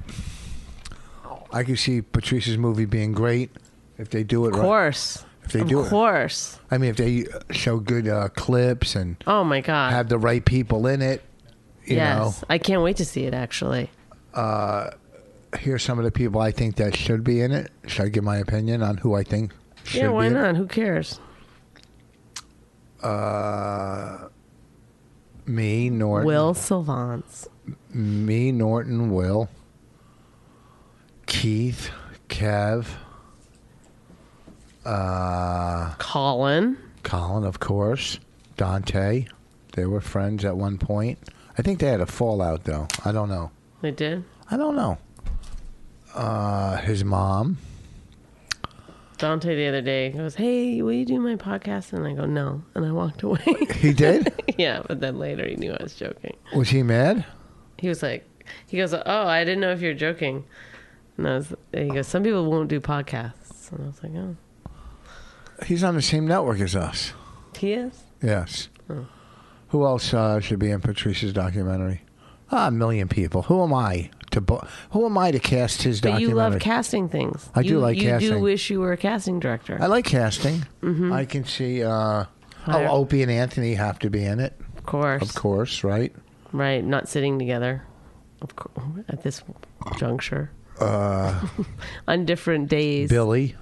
[SPEAKER 2] I can see Patrice's movie being great if they do it
[SPEAKER 3] Of
[SPEAKER 2] right.
[SPEAKER 3] course.
[SPEAKER 2] If they
[SPEAKER 3] of
[SPEAKER 2] do it.
[SPEAKER 3] course.
[SPEAKER 2] I mean, if they show good uh, clips and
[SPEAKER 3] Oh my God.
[SPEAKER 2] have the right people in it, you
[SPEAKER 3] yes.
[SPEAKER 2] know.
[SPEAKER 3] I can't wait to see it, actually.
[SPEAKER 2] hear some of the people I think that should be in it? Should I give my opinion on who I think should
[SPEAKER 3] yeah, why
[SPEAKER 2] be in
[SPEAKER 3] not? Who cares?
[SPEAKER 2] it? Me, Norton.
[SPEAKER 3] Will Sylvans.
[SPEAKER 2] Me, Norton, Will. Keith, Kev,
[SPEAKER 3] Colin.
[SPEAKER 2] Colin, of course. Dante. They were friends at one point. I think they had a fallout, though. I don't know.
[SPEAKER 3] They did.
[SPEAKER 2] I don't know. Uh, his mom.
[SPEAKER 3] Dante the other day goes, Hey, will you do my podcast? And I go, No. And I walked away.
[SPEAKER 2] He did?
[SPEAKER 3] yeah, but then later he knew I was joking.
[SPEAKER 2] was he mad?
[SPEAKER 3] He was like, He goes, Oh, I didn't know if you were joking. And I was, and he goes, Some people won't do podcasts. And I was like, Oh,
[SPEAKER 2] He's on the same network as us.
[SPEAKER 3] he is?
[SPEAKER 2] Yes. Who else uh, should be in Patricia's documentary? Ah, a million people. Who am I to bo- who am I to cast his
[SPEAKER 3] But you
[SPEAKER 2] documentary?
[SPEAKER 3] love casting things.
[SPEAKER 2] I do
[SPEAKER 3] You-
[SPEAKER 2] like
[SPEAKER 3] You do
[SPEAKER 2] casting.
[SPEAKER 3] wish you were a casting director.
[SPEAKER 2] I like casting.
[SPEAKER 3] Mm-hmm.
[SPEAKER 2] I can see. Uh, oh,
[SPEAKER 3] Hire-
[SPEAKER 2] Opie and Anthony have to be in it,
[SPEAKER 3] of course.
[SPEAKER 2] of course, right?
[SPEAKER 3] Right, not sitting together. Of course, at this juncture.
[SPEAKER 2] Uh,
[SPEAKER 3] on different days.
[SPEAKER 2] Billy,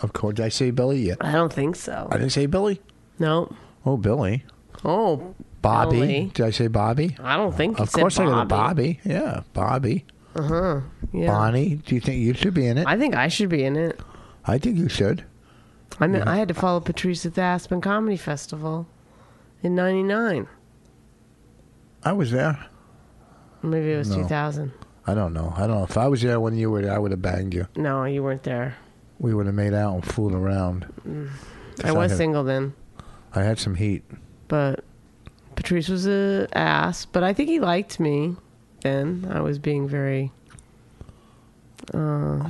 [SPEAKER 2] of course. Did I say Billy yet?
[SPEAKER 3] I don't think so.
[SPEAKER 2] I didn't say Billy.
[SPEAKER 3] no.
[SPEAKER 2] Oh, Billy.
[SPEAKER 3] Oh,
[SPEAKER 2] Bobby.
[SPEAKER 3] Billy.
[SPEAKER 2] Did I say Bobby?
[SPEAKER 3] I don't think. you
[SPEAKER 2] Of
[SPEAKER 3] said
[SPEAKER 2] course,
[SPEAKER 3] Bobby.
[SPEAKER 2] I got a Bobby. Yeah, Bobby.
[SPEAKER 3] Yeah.
[SPEAKER 2] Bonnie. Do you think you should be in it? I,
[SPEAKER 3] I think I should be in it.
[SPEAKER 2] think you should.
[SPEAKER 3] I mean, I had to follow Patrice at the Aspen Comedy Festival in '99.
[SPEAKER 2] I was there.
[SPEAKER 3] Maybe it was
[SPEAKER 2] No.
[SPEAKER 3] 2000.
[SPEAKER 2] I don't know. I don't know. If I was there when you were there, I would have banged you.
[SPEAKER 3] No, you weren't there.
[SPEAKER 2] We would have made out and fooled around.
[SPEAKER 3] Mm. I was
[SPEAKER 2] had-
[SPEAKER 3] single then,
[SPEAKER 2] I had some heat.
[SPEAKER 3] but Patrice was a ass. But I think he liked me then. I was being very. Uh,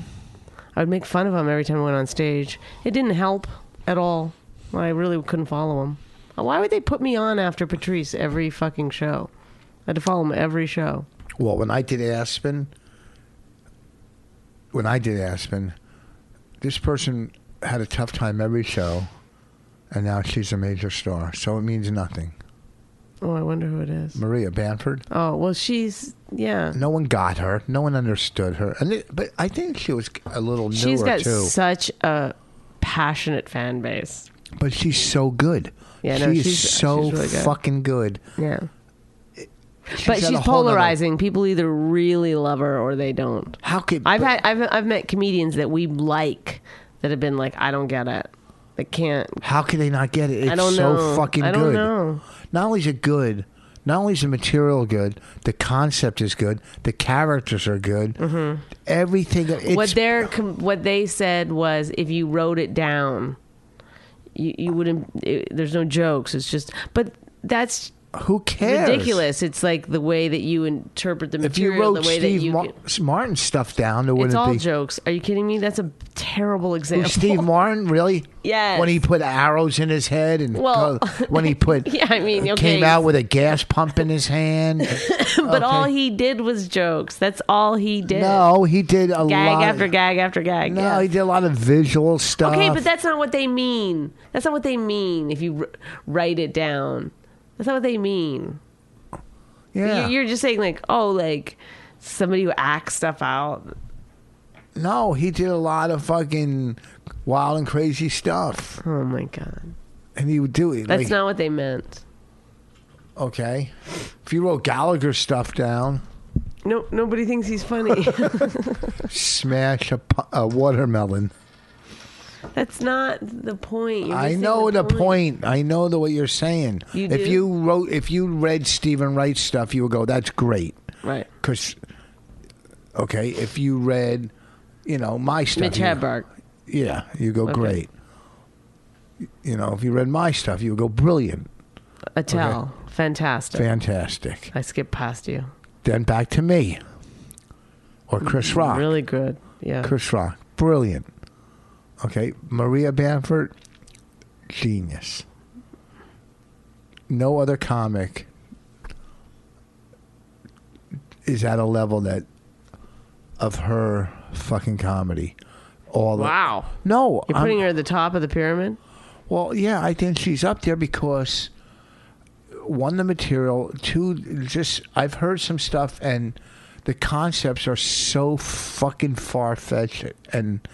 [SPEAKER 3] I would make fun of him every time I went on stage. It didn't help at all. I really couldn't follow him. Uh, Why would they put me on after Patrice every fucking show? I had to follow him every show.
[SPEAKER 2] Well, when I did Aspen, when I did Aspen, this person had a tough time every show, and now she's a major star. So it means nothing.
[SPEAKER 3] Oh, I wonder who it is.
[SPEAKER 2] Maria Banford.
[SPEAKER 3] Oh, well, she's yeah.
[SPEAKER 2] No one got her. No one understood her. And it, but I think she was a little newer
[SPEAKER 3] She's got
[SPEAKER 2] too.
[SPEAKER 3] such a passionate fan base.
[SPEAKER 2] but she's so good.
[SPEAKER 3] Yeah,
[SPEAKER 2] she
[SPEAKER 3] no,
[SPEAKER 2] is
[SPEAKER 3] she's-
[SPEAKER 2] so
[SPEAKER 3] she's really good.
[SPEAKER 2] fucking good.
[SPEAKER 3] Yeah.
[SPEAKER 2] She's
[SPEAKER 3] But
[SPEAKER 2] at a
[SPEAKER 3] she's
[SPEAKER 2] whole nother-
[SPEAKER 3] polarizing. People either really love her or they don't.
[SPEAKER 2] How could
[SPEAKER 3] I've
[SPEAKER 2] but-
[SPEAKER 3] had I've I've met comedians that we like that have been like, I don't get it. They can't
[SPEAKER 2] How could they not get it? It's
[SPEAKER 3] I don't
[SPEAKER 2] so
[SPEAKER 3] know.
[SPEAKER 2] fucking
[SPEAKER 3] I don't
[SPEAKER 2] good.
[SPEAKER 3] know.
[SPEAKER 2] Not only is it good, not only is the material good, the concept is good, the characters are good, mm-hmm. everything. It's,
[SPEAKER 3] what their com- what they said was if you wrote it down, you you wouldn't. It, there's no jokes. It's just but that's
[SPEAKER 2] who cares?
[SPEAKER 3] ridiculous. It's like the way that you interpret the
[SPEAKER 2] If you
[SPEAKER 3] material,
[SPEAKER 2] wrote
[SPEAKER 3] the way
[SPEAKER 2] Steve
[SPEAKER 3] that you.
[SPEAKER 2] Mar-
[SPEAKER 3] can-
[SPEAKER 2] Martin stuff down, there
[SPEAKER 3] it's
[SPEAKER 2] wouldn't
[SPEAKER 3] all
[SPEAKER 2] be.
[SPEAKER 3] jokes. Are you kidding me? That's a terrible
[SPEAKER 2] Who,
[SPEAKER 3] example.
[SPEAKER 2] Steve Martin, really?
[SPEAKER 3] Yes.
[SPEAKER 2] When he put arrows in his head, and
[SPEAKER 3] Well-
[SPEAKER 2] co- when he put,
[SPEAKER 3] Yeah, I mean, okay.
[SPEAKER 2] came out with a gas pump in his hand.
[SPEAKER 3] but all he did was jokes. That's all he did.
[SPEAKER 2] no, he did a
[SPEAKER 3] gag
[SPEAKER 2] lot.
[SPEAKER 3] after gag after gag.
[SPEAKER 2] No,
[SPEAKER 3] yeah.
[SPEAKER 2] he did a lot of visual stuff.
[SPEAKER 3] Okay, but that's not what they mean. That's not what they mean. If you r- write it down, that's not what they mean.
[SPEAKER 2] yeah.
[SPEAKER 3] You're, you're just saying like, oh, like somebody who acts stuff out.
[SPEAKER 2] No, he did a lot of fucking wild and crazy stuff,
[SPEAKER 3] Oh my god,
[SPEAKER 2] and he would do it.
[SPEAKER 3] that's
[SPEAKER 2] like,
[SPEAKER 3] not what they meant.
[SPEAKER 2] okay. If you wrote Gallagher stuff down,
[SPEAKER 3] No, nobody thinks he's funny.
[SPEAKER 2] smash a, pu- a watermelon.
[SPEAKER 3] that's not the point. You're
[SPEAKER 2] I
[SPEAKER 3] missing
[SPEAKER 2] know the point. I know the what you're saying.
[SPEAKER 3] You
[SPEAKER 2] if
[SPEAKER 3] do?
[SPEAKER 2] you wrote, if you read Stephen Wright's stuff, you would go, "That's great."
[SPEAKER 3] Right,
[SPEAKER 2] Because, okay, if you read, you know, my stuff,
[SPEAKER 3] Mitch
[SPEAKER 2] you-
[SPEAKER 3] Hedberg.
[SPEAKER 2] yeah, you go
[SPEAKER 3] Okay.
[SPEAKER 2] great. You know, if you read my stuff, you would go brilliant,
[SPEAKER 3] Attell, fantastic.
[SPEAKER 2] fantastic.
[SPEAKER 3] I skipped past you.
[SPEAKER 2] then back to me or Chris Rock.
[SPEAKER 3] Mm, Really good. Yeah.
[SPEAKER 2] Chris Rock, brilliant. Okay, Maria Bamford, genius. No other comic is at a level that of her fucking comedy. All the-
[SPEAKER 3] Wow.
[SPEAKER 2] no,
[SPEAKER 3] You're
[SPEAKER 2] I'm-
[SPEAKER 3] putting her at the top of the pyramid.
[SPEAKER 2] well, yeah, I think she's up there because one, the material, two, just I've heard some stuff, and the concepts are so fucking far fetched and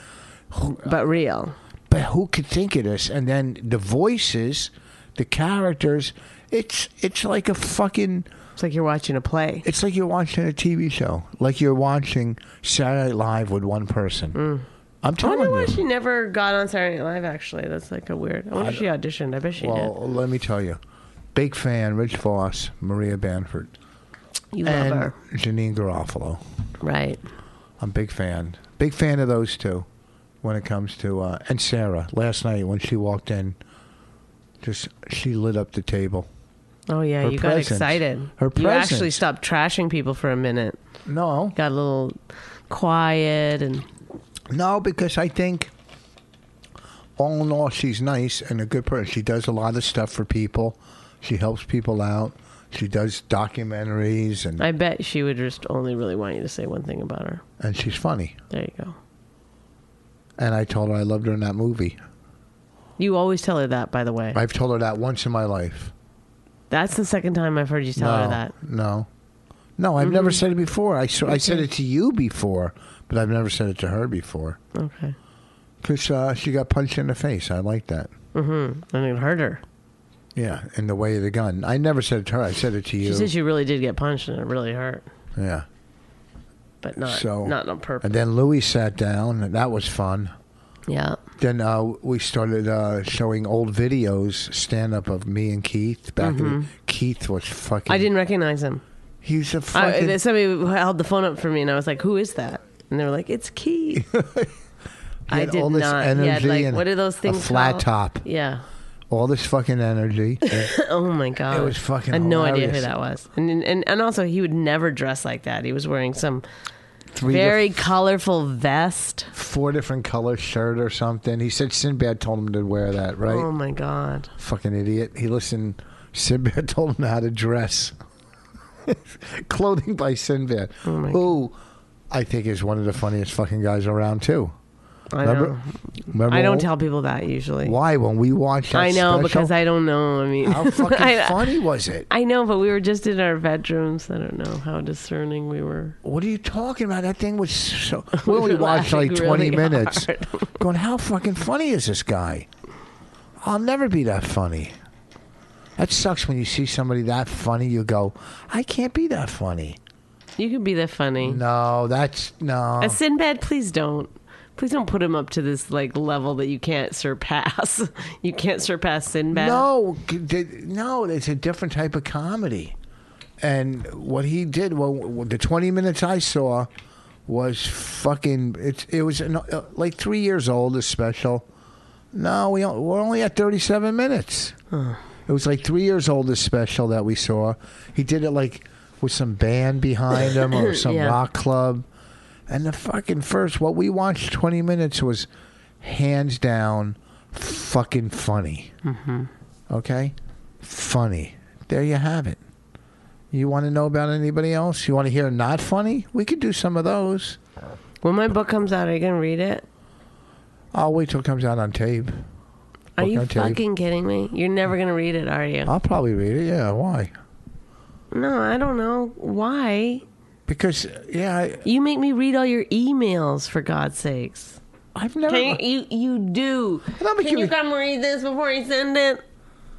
[SPEAKER 3] but real.
[SPEAKER 2] but who could think of this? And then the voices, the characters, it's it's like a fucking
[SPEAKER 3] It's like you're watching a play.
[SPEAKER 2] it's like you're watching a TV show, like you're watching Saturday Night Live with one person. I'm
[SPEAKER 3] Mm. I
[SPEAKER 2] telling
[SPEAKER 3] wonder why
[SPEAKER 2] you.
[SPEAKER 3] she never got on Saturday Night Live. Actually, that's like a weird. I wonder if she auditioned. I bet she
[SPEAKER 2] well, let me tell you, big fan Rich Voss, Maria Banford,
[SPEAKER 3] did. You
[SPEAKER 2] and
[SPEAKER 3] love her,
[SPEAKER 2] Janine Garofalo.
[SPEAKER 3] right?
[SPEAKER 2] I'm big fan, big fan of those two. When it comes to uh, and Sarah last night when she walked in, just she lit up the table.
[SPEAKER 3] Oh yeah,
[SPEAKER 2] Her
[SPEAKER 3] you
[SPEAKER 2] presence.
[SPEAKER 3] got excited.
[SPEAKER 2] Her
[SPEAKER 3] You actually
[SPEAKER 2] presence.
[SPEAKER 3] stopped trashing people for a minute.
[SPEAKER 2] No,
[SPEAKER 3] Got a little quiet and
[SPEAKER 2] No, because I think all in all, she's nice and a good person. She does a lot of stuff for people. She helps people out. She does documentaries and
[SPEAKER 3] I bet she would just only really want you to say one thing about her.
[SPEAKER 2] and she's funny.
[SPEAKER 3] There you go.
[SPEAKER 2] And I told her I loved her in that movie.
[SPEAKER 3] You always tell her that, by the way.
[SPEAKER 2] I've told her that once in my life.
[SPEAKER 3] That's the second time I've heard you tell
[SPEAKER 2] no,
[SPEAKER 3] her that. Mm-hmm.
[SPEAKER 2] no, no. I've never said it before. I s- I said it to you before, but I've never said it to her before
[SPEAKER 3] Okay.
[SPEAKER 2] because uh, she got punched in the face. I like that.
[SPEAKER 3] And it hurt her.
[SPEAKER 2] Yeah, in the way of the gun. I never said it to her. I said it to
[SPEAKER 3] She
[SPEAKER 2] you.
[SPEAKER 3] said she really did get punched and it really hurt,
[SPEAKER 2] yeah.
[SPEAKER 3] but not
[SPEAKER 2] So-
[SPEAKER 3] not on purpose.
[SPEAKER 2] And then Louis sat down, and that was fun.
[SPEAKER 3] yeah.
[SPEAKER 2] Then uh, we started uh, showing old videos, stand up of me and Keith. Back in, Keith was fucking.
[SPEAKER 3] Mm-hmm. I didn't recognize him.
[SPEAKER 2] He's a
[SPEAKER 3] I,
[SPEAKER 2] fucking.
[SPEAKER 3] somebody held the phone up for me, and I was like, "Who is that?" And they were like, "It's Keith." I
[SPEAKER 2] had
[SPEAKER 3] did
[SPEAKER 2] all this
[SPEAKER 3] not. He had
[SPEAKER 2] energy
[SPEAKER 3] like
[SPEAKER 2] and
[SPEAKER 3] what are those
[SPEAKER 2] a
[SPEAKER 3] things?
[SPEAKER 2] flat
[SPEAKER 3] called?
[SPEAKER 2] top.
[SPEAKER 3] Yeah.
[SPEAKER 2] all this fucking energy.
[SPEAKER 3] Oh my god.
[SPEAKER 2] was fucking
[SPEAKER 3] I had no idea who
[SPEAKER 2] hilarious.
[SPEAKER 3] that was, and and and also he would never dress like that. He was wearing some
[SPEAKER 2] Three
[SPEAKER 3] very
[SPEAKER 2] diff-
[SPEAKER 3] colorful vest.
[SPEAKER 2] four different color shirt or something. He said Sinbad told him to wear that, right?
[SPEAKER 3] Oh my god.
[SPEAKER 2] Fucking idiot. He listened. Sinbad told him how to dress. Clothing by Sinbad,
[SPEAKER 3] Oh my
[SPEAKER 2] who I think is one of the funniest fucking guys around too.
[SPEAKER 3] I
[SPEAKER 2] Remember?
[SPEAKER 3] know.
[SPEAKER 2] remember
[SPEAKER 3] I don't
[SPEAKER 2] when-
[SPEAKER 3] tell people that usually.
[SPEAKER 2] Why when we watched that
[SPEAKER 3] I know
[SPEAKER 2] special,
[SPEAKER 3] because I don't know. I mean,
[SPEAKER 2] how fucking
[SPEAKER 3] I,
[SPEAKER 2] funny was it?
[SPEAKER 3] I know, but we were just in our bedrooms. I don't know how discerning we were.
[SPEAKER 2] What are you talking about? That thing was so. We
[SPEAKER 3] were
[SPEAKER 2] only watched
[SPEAKER 3] laughing
[SPEAKER 2] like twenty
[SPEAKER 3] really
[SPEAKER 2] minutes.
[SPEAKER 3] hard.
[SPEAKER 2] going, how fucking funny is this guy? I'll never be that funny. That sucks when you see somebody that funny. You go, I can't be that funny.
[SPEAKER 3] You could be that funny.
[SPEAKER 2] No, that's no.
[SPEAKER 3] A Sinbad, please don't. Please don't put him up to this like level that you can't surpass. you can't surpass Sinbad.
[SPEAKER 2] No, c- did- no, it's a different type of comedy. And what he did, well, w- the twenty minutes I saw was fucking. It, it was an, uh, like three years old. This special. No, we on- we're only at thirty-seven minutes. It was like three years old. This special that we saw. He did it like with some band behind him or some
[SPEAKER 3] Yeah.
[SPEAKER 2] rock club. And the fucking first, what we watched twenty minutes was hands down fucking funny.
[SPEAKER 3] Mm-hmm.
[SPEAKER 2] Okay? Funny. There you have it. You want to know about anybody else? You want to hear not funny? We could do some of those.
[SPEAKER 3] When my book comes out, are you gonna read it?
[SPEAKER 2] I'll wait till it comes out on tape.
[SPEAKER 3] Are
[SPEAKER 2] Book Uh.
[SPEAKER 3] you
[SPEAKER 2] on tape.
[SPEAKER 3] fucking kidding me? You're never gonna read it, are you?
[SPEAKER 2] I'll probably read it. Yeah, why?
[SPEAKER 3] No, I don't know why.
[SPEAKER 2] Because yeah, I,
[SPEAKER 3] You make me read all your emails for God's sakes.
[SPEAKER 2] I've never.
[SPEAKER 3] Can you, you you do?
[SPEAKER 2] don't think
[SPEAKER 3] Can
[SPEAKER 2] you-
[SPEAKER 3] you come read this before you send it?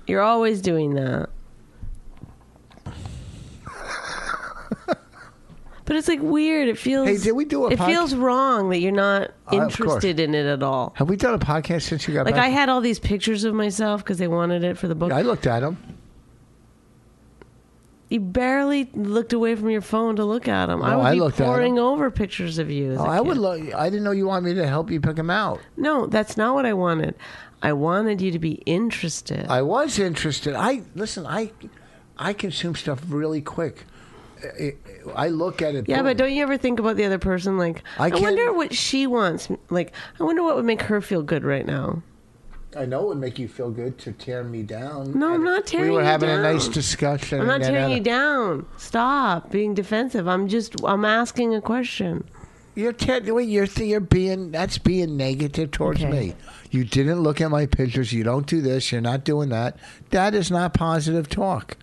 [SPEAKER 3] You're always doing that. But it's like weird. It feels.
[SPEAKER 2] Hey, did we do a
[SPEAKER 3] It
[SPEAKER 2] podca-
[SPEAKER 3] feels wrong that you're not
[SPEAKER 2] of course.
[SPEAKER 3] interested in it at all.
[SPEAKER 2] Have we done a podcast since you got
[SPEAKER 3] Like I
[SPEAKER 2] back?
[SPEAKER 3] had all these pictures of myself because they wanted it for the book.
[SPEAKER 2] I looked at them.
[SPEAKER 3] you barely looked away from your phone to look at them. I
[SPEAKER 2] No,
[SPEAKER 3] would
[SPEAKER 2] I
[SPEAKER 3] be
[SPEAKER 2] looked at 'em. Oh,
[SPEAKER 3] poring over pictures of you. as a
[SPEAKER 2] I would
[SPEAKER 3] kid.
[SPEAKER 2] look. I didn't know you wanted me to help you pick them out.
[SPEAKER 3] No, that's not what I wanted. I wanted you to be interested.
[SPEAKER 2] I was interested. I listen. I I consume stuff really quick. I, I look at it.
[SPEAKER 3] yeah,
[SPEAKER 2] boom.
[SPEAKER 3] but don't you ever think about the other person? Like,
[SPEAKER 2] I
[SPEAKER 3] I,
[SPEAKER 2] can-
[SPEAKER 3] wonder what she wants. Like, I wonder what would make her feel good right now.
[SPEAKER 2] I know it would make you feel good to tear me down.
[SPEAKER 3] No, I'm
[SPEAKER 2] And
[SPEAKER 3] not tearing
[SPEAKER 2] We were
[SPEAKER 3] you
[SPEAKER 2] having a
[SPEAKER 3] down.
[SPEAKER 2] nice discussion.
[SPEAKER 3] I'm not
[SPEAKER 2] and then
[SPEAKER 3] tearing
[SPEAKER 2] out
[SPEAKER 3] you
[SPEAKER 2] of-
[SPEAKER 3] down. Stop being defensive. I'm just, I'm asking a question.
[SPEAKER 2] You're te- wait, you're th- you're being that's being negative towards
[SPEAKER 3] Okay.
[SPEAKER 2] me. You didn't look at my pictures. You don't do this. You're not doing that. That is not positive talk.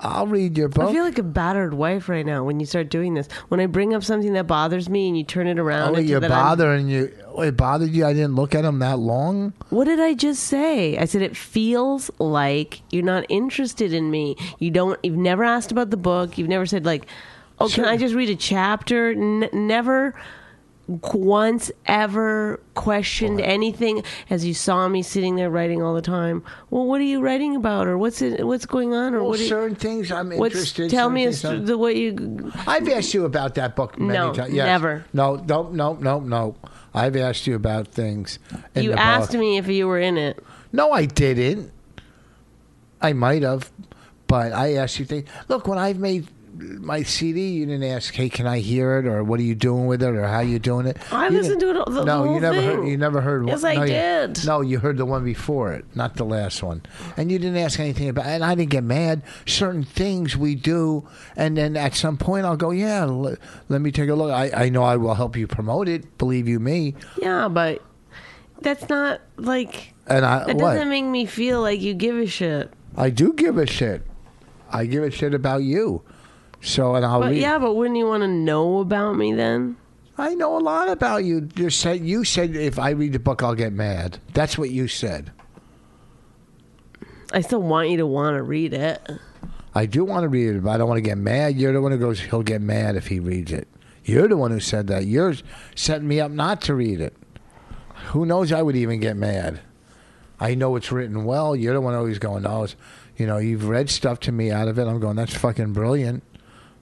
[SPEAKER 2] I'll read your book.
[SPEAKER 3] I feel like a battered wife right now when you start doing this. When I bring up something that bothers me and you turn it around.
[SPEAKER 2] Oh,
[SPEAKER 3] into
[SPEAKER 2] you're
[SPEAKER 3] that I'm-
[SPEAKER 2] bothering you. oh, It bothered you. I didn't look at him that long.
[SPEAKER 3] What did I just say? I said it feels like you're not interested in me. You don't. You've never asked about the book. You've never said like, "Oh,
[SPEAKER 2] Sure.
[SPEAKER 3] can I just read a chapter?" N- never once ever questioned anything as you saw me sitting there writing all the time. Well, what are you writing about, or what's it? What's going on, or
[SPEAKER 2] Well,
[SPEAKER 3] what? Are you,
[SPEAKER 2] certain things I'm
[SPEAKER 3] what's
[SPEAKER 2] interested.
[SPEAKER 3] tell
[SPEAKER 2] certain
[SPEAKER 3] me a
[SPEAKER 2] things I'm-
[SPEAKER 3] st- the what you
[SPEAKER 2] I've asked you about that book many
[SPEAKER 3] No,
[SPEAKER 2] times. Yes.
[SPEAKER 3] never.
[SPEAKER 2] No, no, no, no, no. I've asked you about things. In
[SPEAKER 3] you
[SPEAKER 2] the
[SPEAKER 3] asked
[SPEAKER 2] book.
[SPEAKER 3] me if you were in it.
[SPEAKER 2] No, I didn't. I might have, but I asked you things. Look, when I've made my CD, you didn't ask, "Hey, can I hear it?" or "What are you doing with it?" or "How you doing it?"
[SPEAKER 3] I
[SPEAKER 2] You
[SPEAKER 3] listened
[SPEAKER 2] didn't-
[SPEAKER 3] to it all- the
[SPEAKER 2] no,
[SPEAKER 3] whole
[SPEAKER 2] you never heard.
[SPEAKER 3] thing.
[SPEAKER 2] You never heard.
[SPEAKER 3] Yes,
[SPEAKER 2] one.
[SPEAKER 3] I
[SPEAKER 2] no, you-
[SPEAKER 3] did.
[SPEAKER 2] no, you heard the one before it, not the last one, and you didn't ask anything about. And I didn't get mad. Certain things we do, and then at some point I'll go, "Yeah, l- let me take a look." I, I know I will help you promote it. Believe you me.
[SPEAKER 3] Yeah, but that's not like.
[SPEAKER 2] And I
[SPEAKER 3] That
[SPEAKER 2] what?
[SPEAKER 3] doesn't make me feel like you give a shit.
[SPEAKER 2] I do give a shit. I give a shit about you. So, and I'll
[SPEAKER 3] But
[SPEAKER 2] read.
[SPEAKER 3] yeah, but wouldn't you want to know about me then?
[SPEAKER 2] I know a lot about you. You said you said if I read the book, I'll get mad. That's what you said.
[SPEAKER 3] I still want you to want to read it.
[SPEAKER 2] I do want to read it, but I don't want to get mad. You're the one who goes. He'll get mad if he reads it. You're the one who said that. You're setting me up not to read it. Who knows? I would even get mad. I know it's written well. You're the one always going. Oh, it's, you know, you've read stuff to me out of it. I'm going. That's fucking brilliant.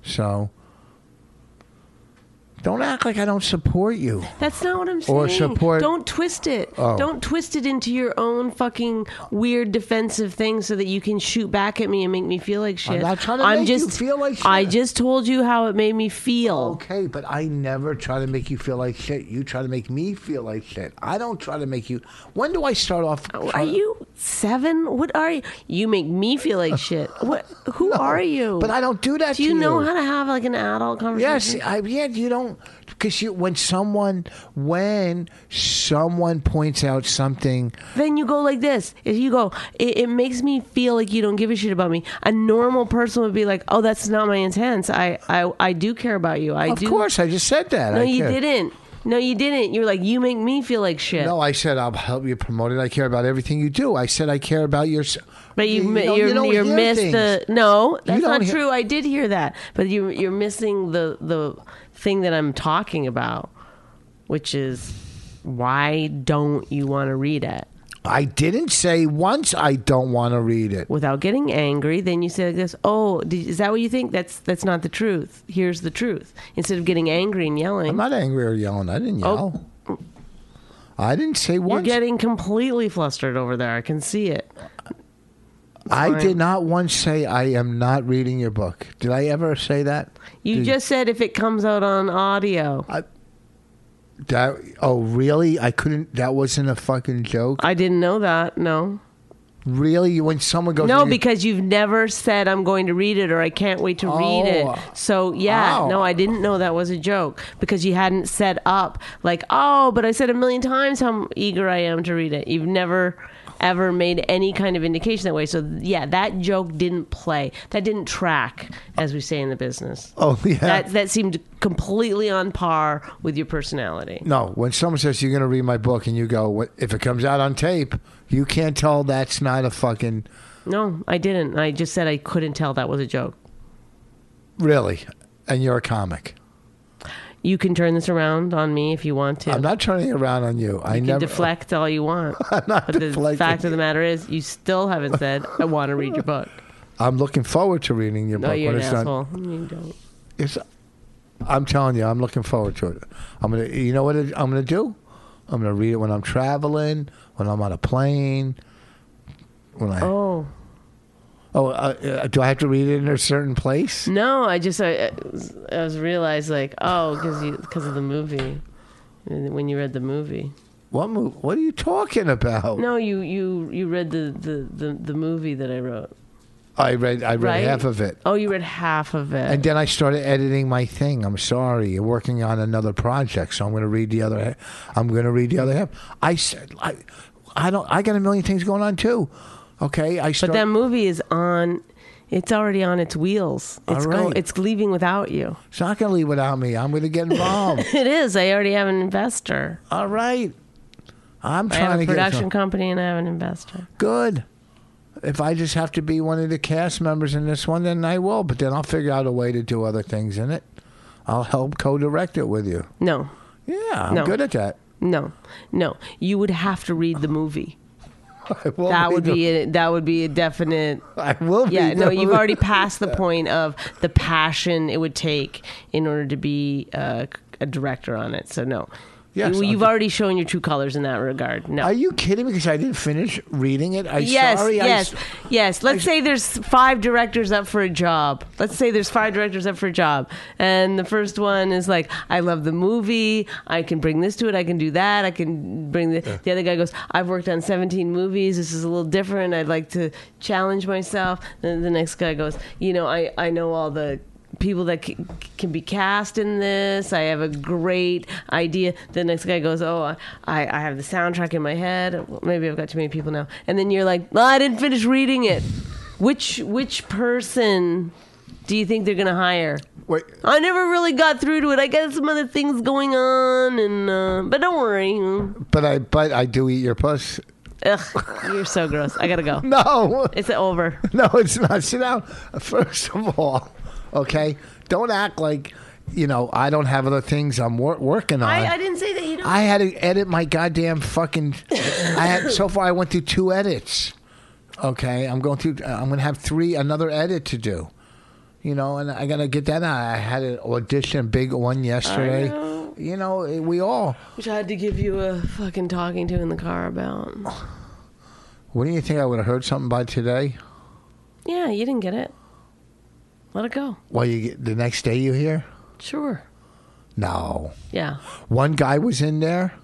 [SPEAKER 2] So. Don't act like I don't support you.
[SPEAKER 3] That's not what I'm saying.
[SPEAKER 2] Or support-
[SPEAKER 3] Don't twist it.
[SPEAKER 2] Oh.
[SPEAKER 3] Don't twist it into your own fucking weird defensive thing so that you can shoot back at me and make me feel like shit.
[SPEAKER 2] not trying to make you feel like
[SPEAKER 3] I
[SPEAKER 2] shit.
[SPEAKER 3] just told you how it made me feel.
[SPEAKER 2] Okay, but I never try to make you feel like shit. You try to make me feel like shit. I don't try to make you. When do I start off?
[SPEAKER 3] Are you seven? What are you? You make me feel like shit. What? Who are you?
[SPEAKER 2] But I don't do that.
[SPEAKER 3] Do
[SPEAKER 2] to
[SPEAKER 3] you
[SPEAKER 2] you
[SPEAKER 3] know how to have like an adult conversation?
[SPEAKER 2] Yes, I, yeah, you don't because you when someone when someone points out something,
[SPEAKER 3] then you go like this. If you go, it, it makes me feel like you don't give a shit about me. A normal person would be like, "Oh, that's not my intent. I, I, I do care about you. I
[SPEAKER 2] of
[SPEAKER 3] do."
[SPEAKER 2] course, I just said that.
[SPEAKER 3] no,
[SPEAKER 2] I
[SPEAKER 3] you
[SPEAKER 2] care.
[SPEAKER 3] didn't. No, you didn't. You're like, you make me feel like shit.
[SPEAKER 2] No, I said I'll help you promote it. I care about everything you do. I said I care about your. s-
[SPEAKER 3] but you, mi-
[SPEAKER 2] don't-
[SPEAKER 3] you're,
[SPEAKER 2] don't
[SPEAKER 3] you're
[SPEAKER 2] hear
[SPEAKER 3] missed
[SPEAKER 2] things.
[SPEAKER 3] the no. That's
[SPEAKER 2] don't
[SPEAKER 3] not
[SPEAKER 2] hear-
[SPEAKER 3] true. I did hear that, but you, you're missing the the thing that I'm talking about, which is why don't you want to read it?
[SPEAKER 2] I didn't say once I don't want to read it.
[SPEAKER 3] without getting angry then you say like this oh did, is that what you think that's that's not the truth here's the truth instead of getting angry and
[SPEAKER 2] I'm
[SPEAKER 3] yelling
[SPEAKER 2] not angry or yelling. I didn't
[SPEAKER 3] Oh.
[SPEAKER 2] yell. I didn't say
[SPEAKER 3] you're
[SPEAKER 2] once.
[SPEAKER 3] getting completely flustered over there i can see it
[SPEAKER 2] I
[SPEAKER 3] fine.
[SPEAKER 2] did not once say I am not reading your book. Did I ever say that?
[SPEAKER 3] you
[SPEAKER 2] Did-
[SPEAKER 3] just said if it comes out on audio
[SPEAKER 2] that. Oh, really? I couldn't. That wasn't a fucking joke.
[SPEAKER 3] i didn't know that no
[SPEAKER 2] Really? When someone goes,
[SPEAKER 3] no
[SPEAKER 2] Oh, "You-
[SPEAKER 3] because you've never said i'm going to read it or i can't wait to read
[SPEAKER 2] Oh.
[SPEAKER 3] it so yeah
[SPEAKER 2] Ow.
[SPEAKER 3] no i didn't know that was a joke because you hadn't set up like oh but i said a million times how eager i am to read it you've never ever made any kind of indication that way so yeah that joke didn't play that didn't track as we say in the business
[SPEAKER 2] oh yeah,
[SPEAKER 3] that that seemed completely on par with your personality
[SPEAKER 2] no. When someone says you're going to read my book, and you go, "What- if it comes out on tape, you can't tell that's not a fucking
[SPEAKER 3] no i didn't i just said i couldn't tell that was a joke
[SPEAKER 2] really, and you're a comic.
[SPEAKER 3] you can turn this around on me if you want to
[SPEAKER 2] I'm not turning around on you. I
[SPEAKER 3] You
[SPEAKER 2] never
[SPEAKER 3] can deflect all you want. but the
[SPEAKER 2] deflecting.
[SPEAKER 3] fact of the matter is, you still haven't said, I want to read your book.
[SPEAKER 2] I'm looking forward to reading your
[SPEAKER 3] No,
[SPEAKER 2] book
[SPEAKER 3] you're
[SPEAKER 2] when
[SPEAKER 3] an
[SPEAKER 2] it's done.
[SPEAKER 3] asshole. You don't.
[SPEAKER 2] It's, I'm telling you, I'm looking forward to it. I'm gonna, you know what it- I'm gonna do? I'm gonna read it when I'm traveling, when I'm on a plane, when I. Oh,
[SPEAKER 3] Oh.
[SPEAKER 2] uh, uh, do I have to read it in a certain place?
[SPEAKER 3] No, I just, I, I was- I was realized, like, oh, because of the movie. And When you read the movie.
[SPEAKER 2] What move? What are you talking about?
[SPEAKER 3] No, you, you, you read the, the, the, the movie that I wrote.
[SPEAKER 2] I read, I read
[SPEAKER 3] Right?
[SPEAKER 2] half of it,
[SPEAKER 3] Oh, you read half of it.
[SPEAKER 2] and then I started editing my thing. I'm sorry, you're working on another project, so I'm gonna read the other. ha- I'm gonna read the other half. I said, I, I don't. I got a million things going on too. Okay, I
[SPEAKER 3] but
[SPEAKER 2] start,
[SPEAKER 3] that movie is on, It's already on its wheels. It's
[SPEAKER 2] All
[SPEAKER 3] go-
[SPEAKER 2] right.
[SPEAKER 3] it's leaving without you.
[SPEAKER 2] It's not going to leave without me. I'm going to get involved.
[SPEAKER 3] It is. I already have an investor.
[SPEAKER 2] All right. I'm
[SPEAKER 3] I
[SPEAKER 2] trying
[SPEAKER 3] have a
[SPEAKER 2] to
[SPEAKER 3] production
[SPEAKER 2] get
[SPEAKER 3] company and I have an investor.
[SPEAKER 2] some- good. If I just have to be one of the cast members in this one, then I will. But then I'll figure out a way to do other things in it. I'll help co-direct it with you.
[SPEAKER 3] No,
[SPEAKER 2] Yeah, I'm
[SPEAKER 3] No.
[SPEAKER 2] good at that.
[SPEAKER 3] no, no. You would have to read the movie.
[SPEAKER 2] I will
[SPEAKER 3] That would
[SPEAKER 2] the-
[SPEAKER 3] be a, that would be a definite.
[SPEAKER 2] I will be.
[SPEAKER 3] Yeah, no,
[SPEAKER 2] the-
[SPEAKER 3] you've already passed the point of the passion it would take in order to be uh, a director on it. So no,
[SPEAKER 2] Yes, I'll
[SPEAKER 3] you, you've
[SPEAKER 2] do-
[SPEAKER 3] already shown your true colors in that regard. No,
[SPEAKER 2] Are you kidding me? Because I didn't finish reading it. I
[SPEAKER 3] yes,
[SPEAKER 2] sorry. I
[SPEAKER 3] yes,
[SPEAKER 2] s-
[SPEAKER 3] yes. Let's say there's five directors up for a job. Let's say there's five directors up for a job, and the first one is like, "I love the movie. I can bring this to it. I can do that. I can bring the." The other guy goes, "I've worked on 17 movies. This is a little different. I'd like to challenge myself." Then the next guy goes, "You know, I I know all the." People that c- can be cast in this. I have a great idea. The next guy goes, "Oh, I, I have the soundtrack in my head. Maybe I've got too many people now." And then you're like, well, "I didn't finish reading it." Which which person do you think they're gonna hire?
[SPEAKER 2] Wait.
[SPEAKER 3] I never really got through to it. I got some other things going on, and uh, but don't worry.
[SPEAKER 2] But I but I do eat your puss.
[SPEAKER 3] Ugh, you're so gross. I gotta go.
[SPEAKER 2] No.
[SPEAKER 3] It's over.
[SPEAKER 2] No, it's not. Sit down. First of all, okay, don't act like you know I don't have other things I'm wor- working on.
[SPEAKER 3] I, I didn't say that you don't.
[SPEAKER 2] I had to edit my goddamn fucking. I had so far. I went through two edits. Okay, I'm going through. I'm going to have three another edit to do. You know, and I got to get that out. I had an audition, big one yesterday.
[SPEAKER 3] know.
[SPEAKER 2] You know, eh, we all.
[SPEAKER 3] Which I had to give you a fucking talking to in the car about.
[SPEAKER 2] Wouldn't you think I would have heard something by today?
[SPEAKER 3] Yeah, you didn't get it. Let it go.
[SPEAKER 2] Well, you get, the next day you hear?
[SPEAKER 3] Sure.
[SPEAKER 2] No.
[SPEAKER 3] Yeah.
[SPEAKER 2] One guy was in there.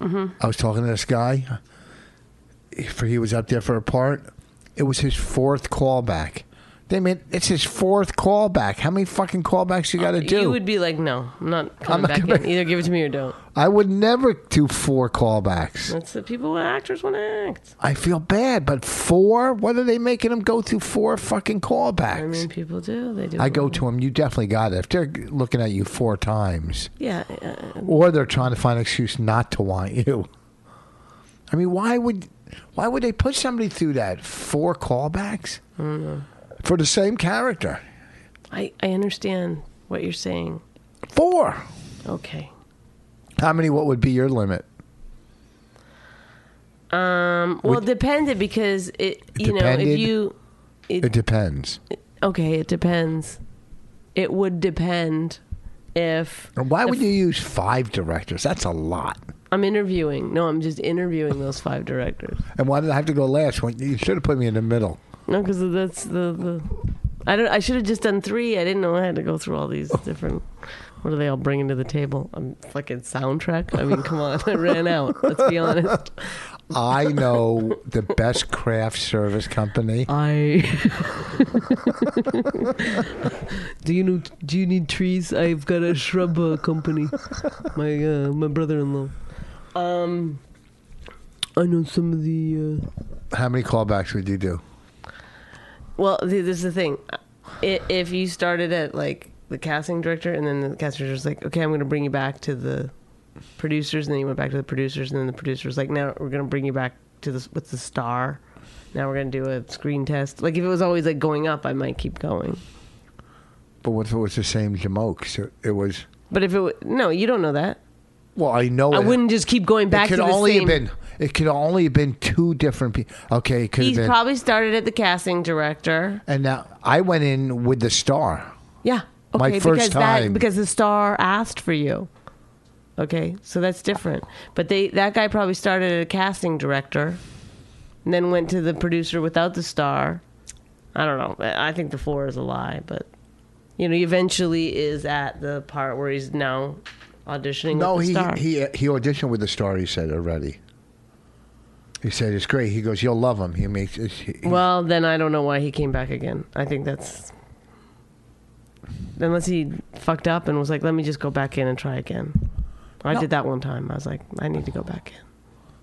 [SPEAKER 3] Mm-hmm.
[SPEAKER 2] I was talking to this guy. For he was up there for a part. It was his fourth callback. They mean it's his fourth callback. How many fucking callbacks you got to do?
[SPEAKER 3] Uh, You would be like, no, I'm not coming
[SPEAKER 2] not
[SPEAKER 3] back in.
[SPEAKER 2] coming back."
[SPEAKER 3] Either give it to me or don't.
[SPEAKER 2] I would never do four callbacks.
[SPEAKER 3] That's the people actors want to act.
[SPEAKER 2] I feel bad, but four? What are they making him go through four fucking callbacks?
[SPEAKER 3] I mean, people do. They do.
[SPEAKER 2] I go to him. You definitely got it. If they're looking at you four times,
[SPEAKER 3] Yeah. Uh,
[SPEAKER 2] or they're trying to find an excuse not to want you. I mean, why would why would they put somebody through that four callbacks for the same character?
[SPEAKER 3] I, I understand what you're saying.
[SPEAKER 2] Four.
[SPEAKER 3] Okay.
[SPEAKER 2] How many? What would be your limit?
[SPEAKER 3] Um, well, it depended because it, you know,
[SPEAKER 2] depended?
[SPEAKER 3] if you,
[SPEAKER 2] It depends.
[SPEAKER 3] okay, it depends. It would depend if
[SPEAKER 2] And Why
[SPEAKER 3] the
[SPEAKER 2] would you use five directors? That's a lot.
[SPEAKER 3] I'm interviewing. No, I'm just interviewing those five directors.
[SPEAKER 2] And why did I have to go last? When you should have put me in the middle.
[SPEAKER 3] No, because that's the, the I don't. I should have just done three. I didn't know I had to go through all these different. What are they all bringing to the table? I'm fucking soundtrack. I mean, come on, I ran out. Let's be honest.
[SPEAKER 2] I know the best craft service company.
[SPEAKER 3] I. do you know? Do you need trees? I've got a shrub uh, company. My uh, my brother-in-law. Um, I know some of the. Uh,
[SPEAKER 2] How many callbacks would you do?
[SPEAKER 3] Well, th- this is the thing. I- If you started at like the casting director, and then the casting director's like, "Okay, I'm going to bring you back to the producers," and then you went back to the producers, and then the producers like, "Now we're going to bring you back to this with the star." Now we're going to do a screen test. Like if it was always like going up, I might keep going.
[SPEAKER 2] But what if it was the same jamokes? It, it was.
[SPEAKER 3] But if it w- no, you don't know that.
[SPEAKER 2] Well, I know.
[SPEAKER 3] I
[SPEAKER 2] it-
[SPEAKER 3] wouldn't just keep going back
[SPEAKER 2] it could
[SPEAKER 3] to the
[SPEAKER 2] only
[SPEAKER 3] same.
[SPEAKER 2] have been it could only have been two different people okay it could have
[SPEAKER 3] He's
[SPEAKER 2] been
[SPEAKER 3] probably started at the casting director.
[SPEAKER 2] and now i went in with the star
[SPEAKER 3] Yeah.
[SPEAKER 2] My first
[SPEAKER 3] because
[SPEAKER 2] time.
[SPEAKER 3] That, because the star asked for you. Okay, so that's different. But they that guy probably started at a casting director, and then went to the producer without the star. I don't know. I I think the four is a lie, but you know, he eventually is at the part where he's now auditioning.
[SPEAKER 2] no
[SPEAKER 3] with
[SPEAKER 2] he,
[SPEAKER 3] the star.
[SPEAKER 2] he he auditioned with the star he said already he said it's great he goes you'll love him he makes it's- he,
[SPEAKER 3] Well, then I don't know why he came back again. I think that's unless he fucked up and was like, "Let me just go back in and try again." I
[SPEAKER 2] No.
[SPEAKER 3] did that one time. I was like, "I need to go back in."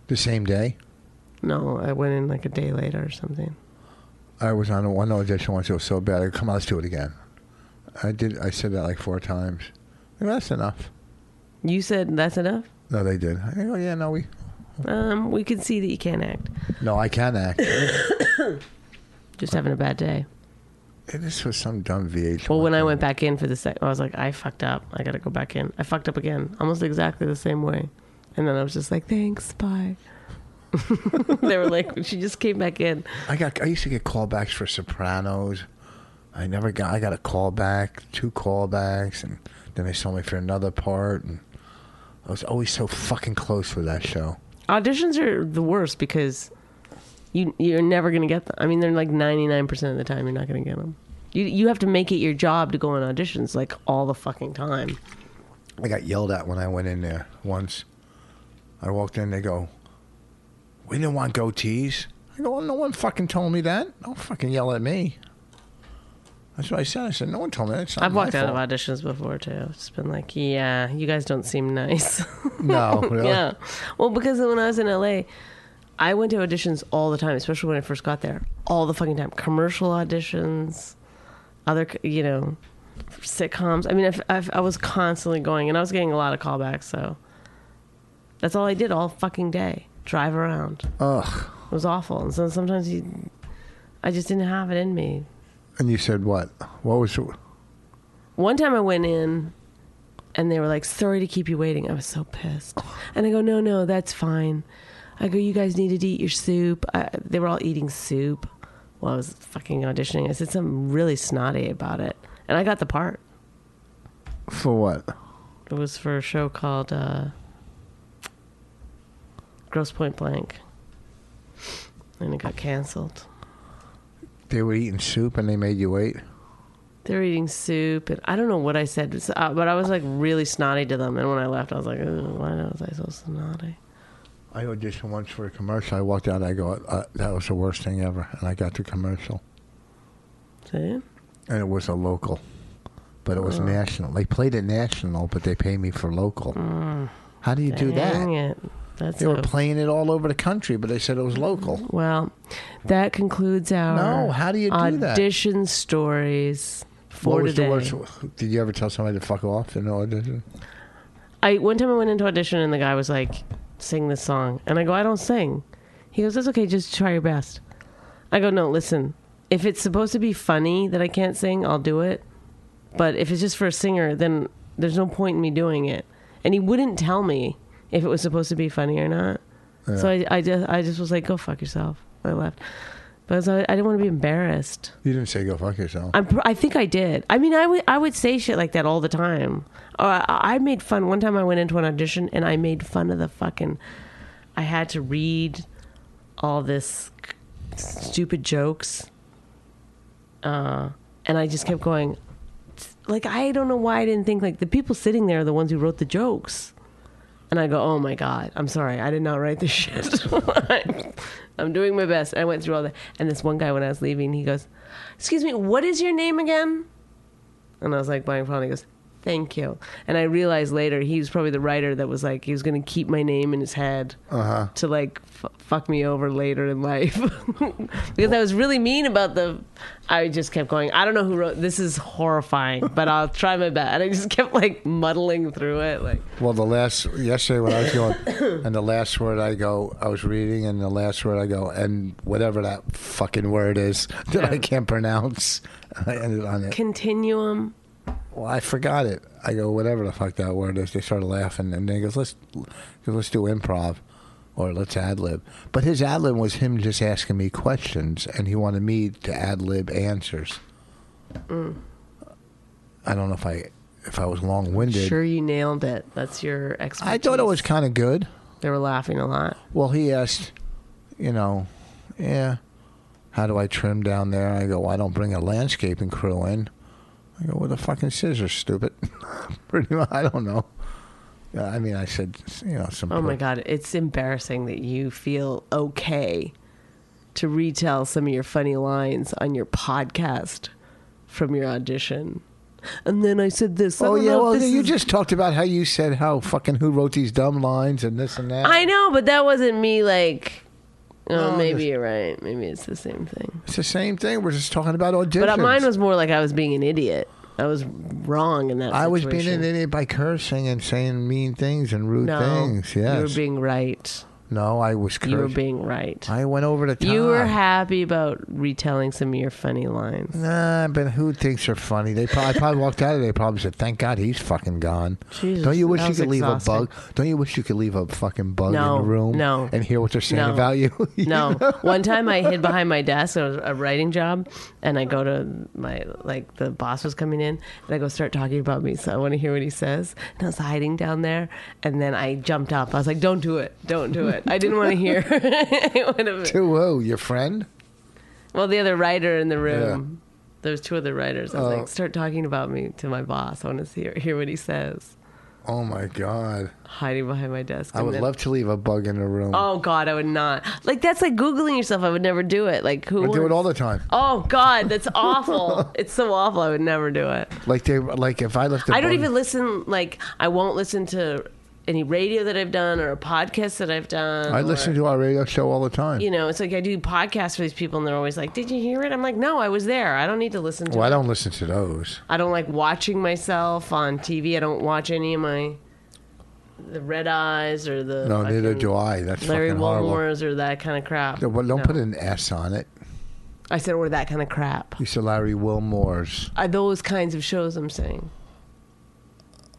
[SPEAKER 2] the same day
[SPEAKER 3] No, I went in like a day later or something.
[SPEAKER 2] I was on one audition once. It was so bad. I go, come on, let's do it again. I did. I said that like four times. They go, That's enough.
[SPEAKER 3] You said that's enough.
[SPEAKER 2] No, they did. I go, yeah, no, we,
[SPEAKER 3] Um, we can see that you can't act.
[SPEAKER 2] no, I can act.
[SPEAKER 3] Just having a bad day.
[SPEAKER 2] this was some dumb VH.
[SPEAKER 3] Well, when I went back in for the second, I was like, I fucked up. I got to go back in. I fucked up again, almost exactly the same way. And then I was just like, thanks, bye. they were like, she just came back in.
[SPEAKER 2] I got I used to get callbacks for Sopranos. I never got I got a callback, two callbacks, and then they saw me for another part, and I was always so fucking close with that show.
[SPEAKER 3] Auditions are the worst because you you're never gonna get them. I mean, they're like ninety nine percent of the time you're not gonna get them. You you have to make it your job to go on auditions like all the fucking time.
[SPEAKER 2] I got yelled at when I went in there once. I walked in, they go, "We didn't want goatees." I go, well, "No one fucking told me that. Don't fucking yell at me." That's what I said. I said, "No one told me that." It's not
[SPEAKER 3] I've
[SPEAKER 2] my
[SPEAKER 3] walked out of
[SPEAKER 2] fault."
[SPEAKER 3] auditions before too. It's been like, yeah, you guys don't seem nice.
[SPEAKER 2] No, really?
[SPEAKER 3] yeah. Well, because when I was in LA, I went to auditions all the time, especially when I first got there. All the fucking time. Commercial auditions, other, c- you know, sitcoms. I mean, I've, I've, I was constantly going and I was getting a lot of callbacks. So that's all I did all fucking day. Drive around.
[SPEAKER 2] Ugh.
[SPEAKER 3] It was awful. And so sometimes you, I just didn't have it in me.
[SPEAKER 2] And you said what? What was?
[SPEAKER 3] One time I went in and they were like, sorry to keep you waiting. I was so pissed. And I go, no, no, that's fine. I go, you guys needed to eat your soup. I, they were all eating soup while I was fucking auditioning. I said something really snotty about it. And I got the part.
[SPEAKER 2] For what?
[SPEAKER 3] It was for a show called uh, Gross Point Blank. And it got canceled.
[SPEAKER 2] They were eating soup and they made you wait.
[SPEAKER 3] They were eating soup, and I don't know what I said, it's, uh, but I was like really snotty to them. And when I left, I was like, "Ugh, "Why was I so snotty?"
[SPEAKER 2] I auditioned once for a commercial. I walked out. I go, uh, that was the worst thing ever. And I got the commercial,
[SPEAKER 3] See?
[SPEAKER 2] and it was a local, but it was national. They played it national, but they pay me for local. How do you do that?
[SPEAKER 3] Dang it. That's
[SPEAKER 2] They were
[SPEAKER 3] a-
[SPEAKER 2] playing it all over the country, but they said it was local.
[SPEAKER 3] well. That concludes our
[SPEAKER 2] No, how do you do that?
[SPEAKER 3] audition stories for
[SPEAKER 2] What was
[SPEAKER 3] today.
[SPEAKER 2] the worst? Did you ever tell somebody to fuck off in an audition?
[SPEAKER 3] I one time I went into audition and the guy was like, "Sing this song," and I go, "I don't sing." He goes, "That's okay, just try your best." I go, "No, listen. If it's supposed to be funny that I can't sing, I'll do it. But if it's just for a singer, then there's no point in me doing it." And he wouldn't tell me if it was supposed to be funny or not. So I, I just, I just was like, "Go fuck yourself." I left, but I, was- I didn't want to be embarrassed.
[SPEAKER 2] You didn't say go fuck yourself.
[SPEAKER 3] I'm, pr- I think I did. I mean, I would I would say shit like that all the time. Or I, I made fun. One time I went into an audition and I made fun of the fucking. I had to read all this stupid jokes. Uh, and I just kept going. Like, I don't know why I didn't think, like, the people sitting there are the ones who wrote the jokes. And I go, oh my God, I'm sorry. I did not write this shit. I'm doing my best. I went through all that. And this one guy, when I was leaving, he goes, Excuse me, what is your name again? And I was like, Brian Frown. He goes, Thank you. And I realized later he was probably the writer that was like, he was going to keep my name in his head
[SPEAKER 2] Uh-huh.
[SPEAKER 3] to like f- fuck me over later in life. because I was really mean about the. I just kept going, I don't know who wrote this is horrifying, but I'll try my best. And I just kept like muddling through it. Like,
[SPEAKER 2] Well, the last yesterday when I was going, and the last word I go, I was reading, and the last word I go, and whatever that fucking word is that I
[SPEAKER 3] Yeah.
[SPEAKER 2] can't pronounce, I ended on it.
[SPEAKER 3] continuum.
[SPEAKER 2] Well, I forgot it. I go whatever the fuck that word is. They started laughing, and then he goes, let's he goes, let's do improv, or let's ad lib. But his ad lib was him just asking me questions, and he wanted me to ad lib answers.
[SPEAKER 3] Mm.
[SPEAKER 2] I don't know if I if I was long winded.
[SPEAKER 3] Sure, you nailed it. That's your expertise.
[SPEAKER 2] I thought it was kind of good.
[SPEAKER 3] They were laughing a lot.
[SPEAKER 2] Well, he asked, you know, yeah, how do I trim down there? I go, I don't bring a landscaping crew in. I go, with a fucking scissors, stupid. Pretty much, I don't know. Yeah, I mean, I said, you know, some.
[SPEAKER 3] Oh my
[SPEAKER 2] per-
[SPEAKER 3] God, it's embarrassing that you feel okay to retell some of your funny lines on your podcast from your audition. And then I said this. I
[SPEAKER 2] Oh
[SPEAKER 3] don't
[SPEAKER 2] yeah,
[SPEAKER 3] know if
[SPEAKER 2] well
[SPEAKER 3] this
[SPEAKER 2] you
[SPEAKER 3] is-
[SPEAKER 2] just talked about how you said how fucking who wrote these dumb lines and this and that.
[SPEAKER 3] I know, but that wasn't me like Oh,
[SPEAKER 2] No,
[SPEAKER 3] maybe you're right. Maybe it's the same thing.
[SPEAKER 2] It's the same thing. We're just talking about auditions.
[SPEAKER 3] But uh, mine was more like I was being an idiot. I was wrong in that.
[SPEAKER 2] I was being
[SPEAKER 3] situation.
[SPEAKER 2] an idiot by cursing and saying mean things and rude
[SPEAKER 3] No,
[SPEAKER 2] things.
[SPEAKER 3] you were
[SPEAKER 2] Yes.
[SPEAKER 3] being right.
[SPEAKER 2] no, I was cursing.
[SPEAKER 3] You were being right.
[SPEAKER 2] I went over the top.
[SPEAKER 3] You were happy about retelling some of your funny lines.
[SPEAKER 2] Nah, but who thinks they're funny? They probably, I probably walked out of there. Probably said, "Thank God he's fucking gone."
[SPEAKER 3] Jesus,
[SPEAKER 2] Don't you wish
[SPEAKER 3] that
[SPEAKER 2] you
[SPEAKER 3] was
[SPEAKER 2] could leave a
[SPEAKER 3] exhausting.
[SPEAKER 2] bug? Don't you wish you could leave a fucking bug
[SPEAKER 3] No,
[SPEAKER 2] in the room
[SPEAKER 3] no.
[SPEAKER 2] and hear what they're saying
[SPEAKER 3] No.
[SPEAKER 2] about you?
[SPEAKER 3] No. One time I hid behind my desk. It was a writing job, and I go to my like the boss was coming in, and I go start talking about me. So I want to hear what he says. And I was hiding down there, and then I jumped up. I was like, "Don't do it! Don't do it!" I didn't want to hear. I would've-
[SPEAKER 2] to who? Your friend?
[SPEAKER 3] well, the other writer in the room. There was two other writers. I was
[SPEAKER 2] Oh.
[SPEAKER 3] like, "Start talking about me to my boss. I want to hear hear what he says."
[SPEAKER 2] Oh my God!
[SPEAKER 3] Hiding behind my desk.
[SPEAKER 2] I
[SPEAKER 3] and
[SPEAKER 2] would
[SPEAKER 3] then-
[SPEAKER 2] love to leave a bug in the room.
[SPEAKER 3] Oh God, I would not. Like that's like googling yourself. I would never do it. Like who?
[SPEAKER 2] I do it
[SPEAKER 3] wants-
[SPEAKER 2] all the time.
[SPEAKER 3] Oh God, that's awful. it's so awful. I would never do it.
[SPEAKER 2] Like they, like if I left. a
[SPEAKER 3] I don't
[SPEAKER 2] bug-
[SPEAKER 3] even listen. Like I won't listen to any radio that I've done or a podcast that I've done.
[SPEAKER 2] I listen
[SPEAKER 3] or-
[SPEAKER 2] to our radio show all the time.
[SPEAKER 3] You know, it's like I do podcasts for these people, and they're always like, "Did you hear it?" I'm like, "No, I was there. I don't need to listen to."
[SPEAKER 2] well, I
[SPEAKER 3] it.
[SPEAKER 2] don't listen to those.
[SPEAKER 3] I don't like watching myself on TV. I don't watch any of my the red eyes or the
[SPEAKER 2] No, neither
[SPEAKER 3] fucking
[SPEAKER 2] do I. That's
[SPEAKER 3] Larry
[SPEAKER 2] fucking horrible.
[SPEAKER 3] Wilmore's or that kind of crap.
[SPEAKER 2] Yeah, Well, don't
[SPEAKER 3] No.
[SPEAKER 2] put an S on it.
[SPEAKER 3] I said or that kind of crap.
[SPEAKER 2] You said Larry Wilmore's.
[SPEAKER 3] Are those kinds of shows I'm saying?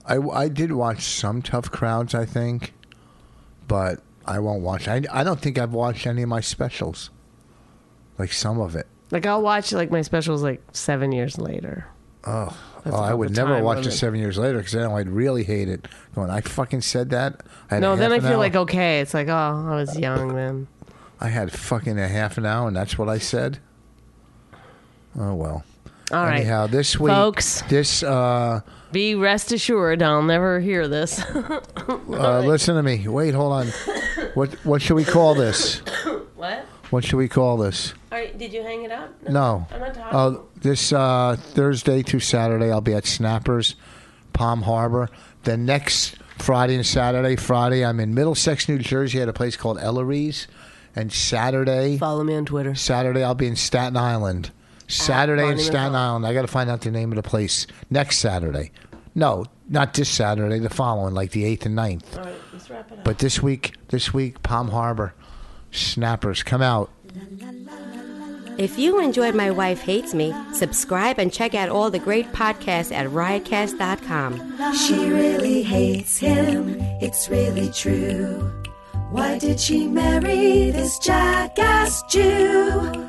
[SPEAKER 2] I, I did watch some tough crowds, I think, but I won't watch. I, I don't think I've watched any of my specials, like some of it.
[SPEAKER 3] Like I'll watch like my specials like seven years later.
[SPEAKER 2] Oh,
[SPEAKER 3] That's
[SPEAKER 2] oh I
[SPEAKER 3] about
[SPEAKER 2] would
[SPEAKER 3] the
[SPEAKER 2] never
[SPEAKER 3] time
[SPEAKER 2] watch it
[SPEAKER 3] limit.
[SPEAKER 2] seven years later because then I'd really hate it. Going, I fucking said that. I had
[SPEAKER 3] No,
[SPEAKER 2] half
[SPEAKER 3] then I
[SPEAKER 2] an
[SPEAKER 3] feel
[SPEAKER 2] hour-
[SPEAKER 3] like okay. It's like oh, I was young then.
[SPEAKER 2] I had fucking a half an hour, and that's what I said. Oh well.
[SPEAKER 3] All right,
[SPEAKER 2] Anyhow, this week,
[SPEAKER 3] Folks.
[SPEAKER 2] this uh,
[SPEAKER 3] be rest assured, I'll never hear this.
[SPEAKER 2] uh, listen to me. Wait, hold on. what what should we call this?
[SPEAKER 3] what?
[SPEAKER 2] What should we call this?
[SPEAKER 3] All right, did you hang it up?
[SPEAKER 2] No.
[SPEAKER 3] I'm not talking.
[SPEAKER 2] Oh, this uh, Thursday to Saturday, I'll be at Snappers, Palm Harbor. The next Friday and Saturday, Friday, I'm in Middlesex, New Jersey, at a place called Ellery's, and Saturday,
[SPEAKER 3] Follow me on Twitter.
[SPEAKER 2] Saturday, I'll be in Staten Island. Saturday in
[SPEAKER 3] Monument
[SPEAKER 2] Staten
[SPEAKER 3] Hall.
[SPEAKER 2] Island. I got to find out the name of the place next Saturday. No, not this Saturday. The following, like the eighth and 9th.
[SPEAKER 3] All right, let's wrap it up.
[SPEAKER 2] But this week, this week, Palm Harbor, Snappers, come out.
[SPEAKER 4] If you enjoyed My Wife Hates Me, subscribe and check out all the great podcasts at riotcast.com.
[SPEAKER 1] She really hates him, it's really true. Why did she marry this jackass Jew?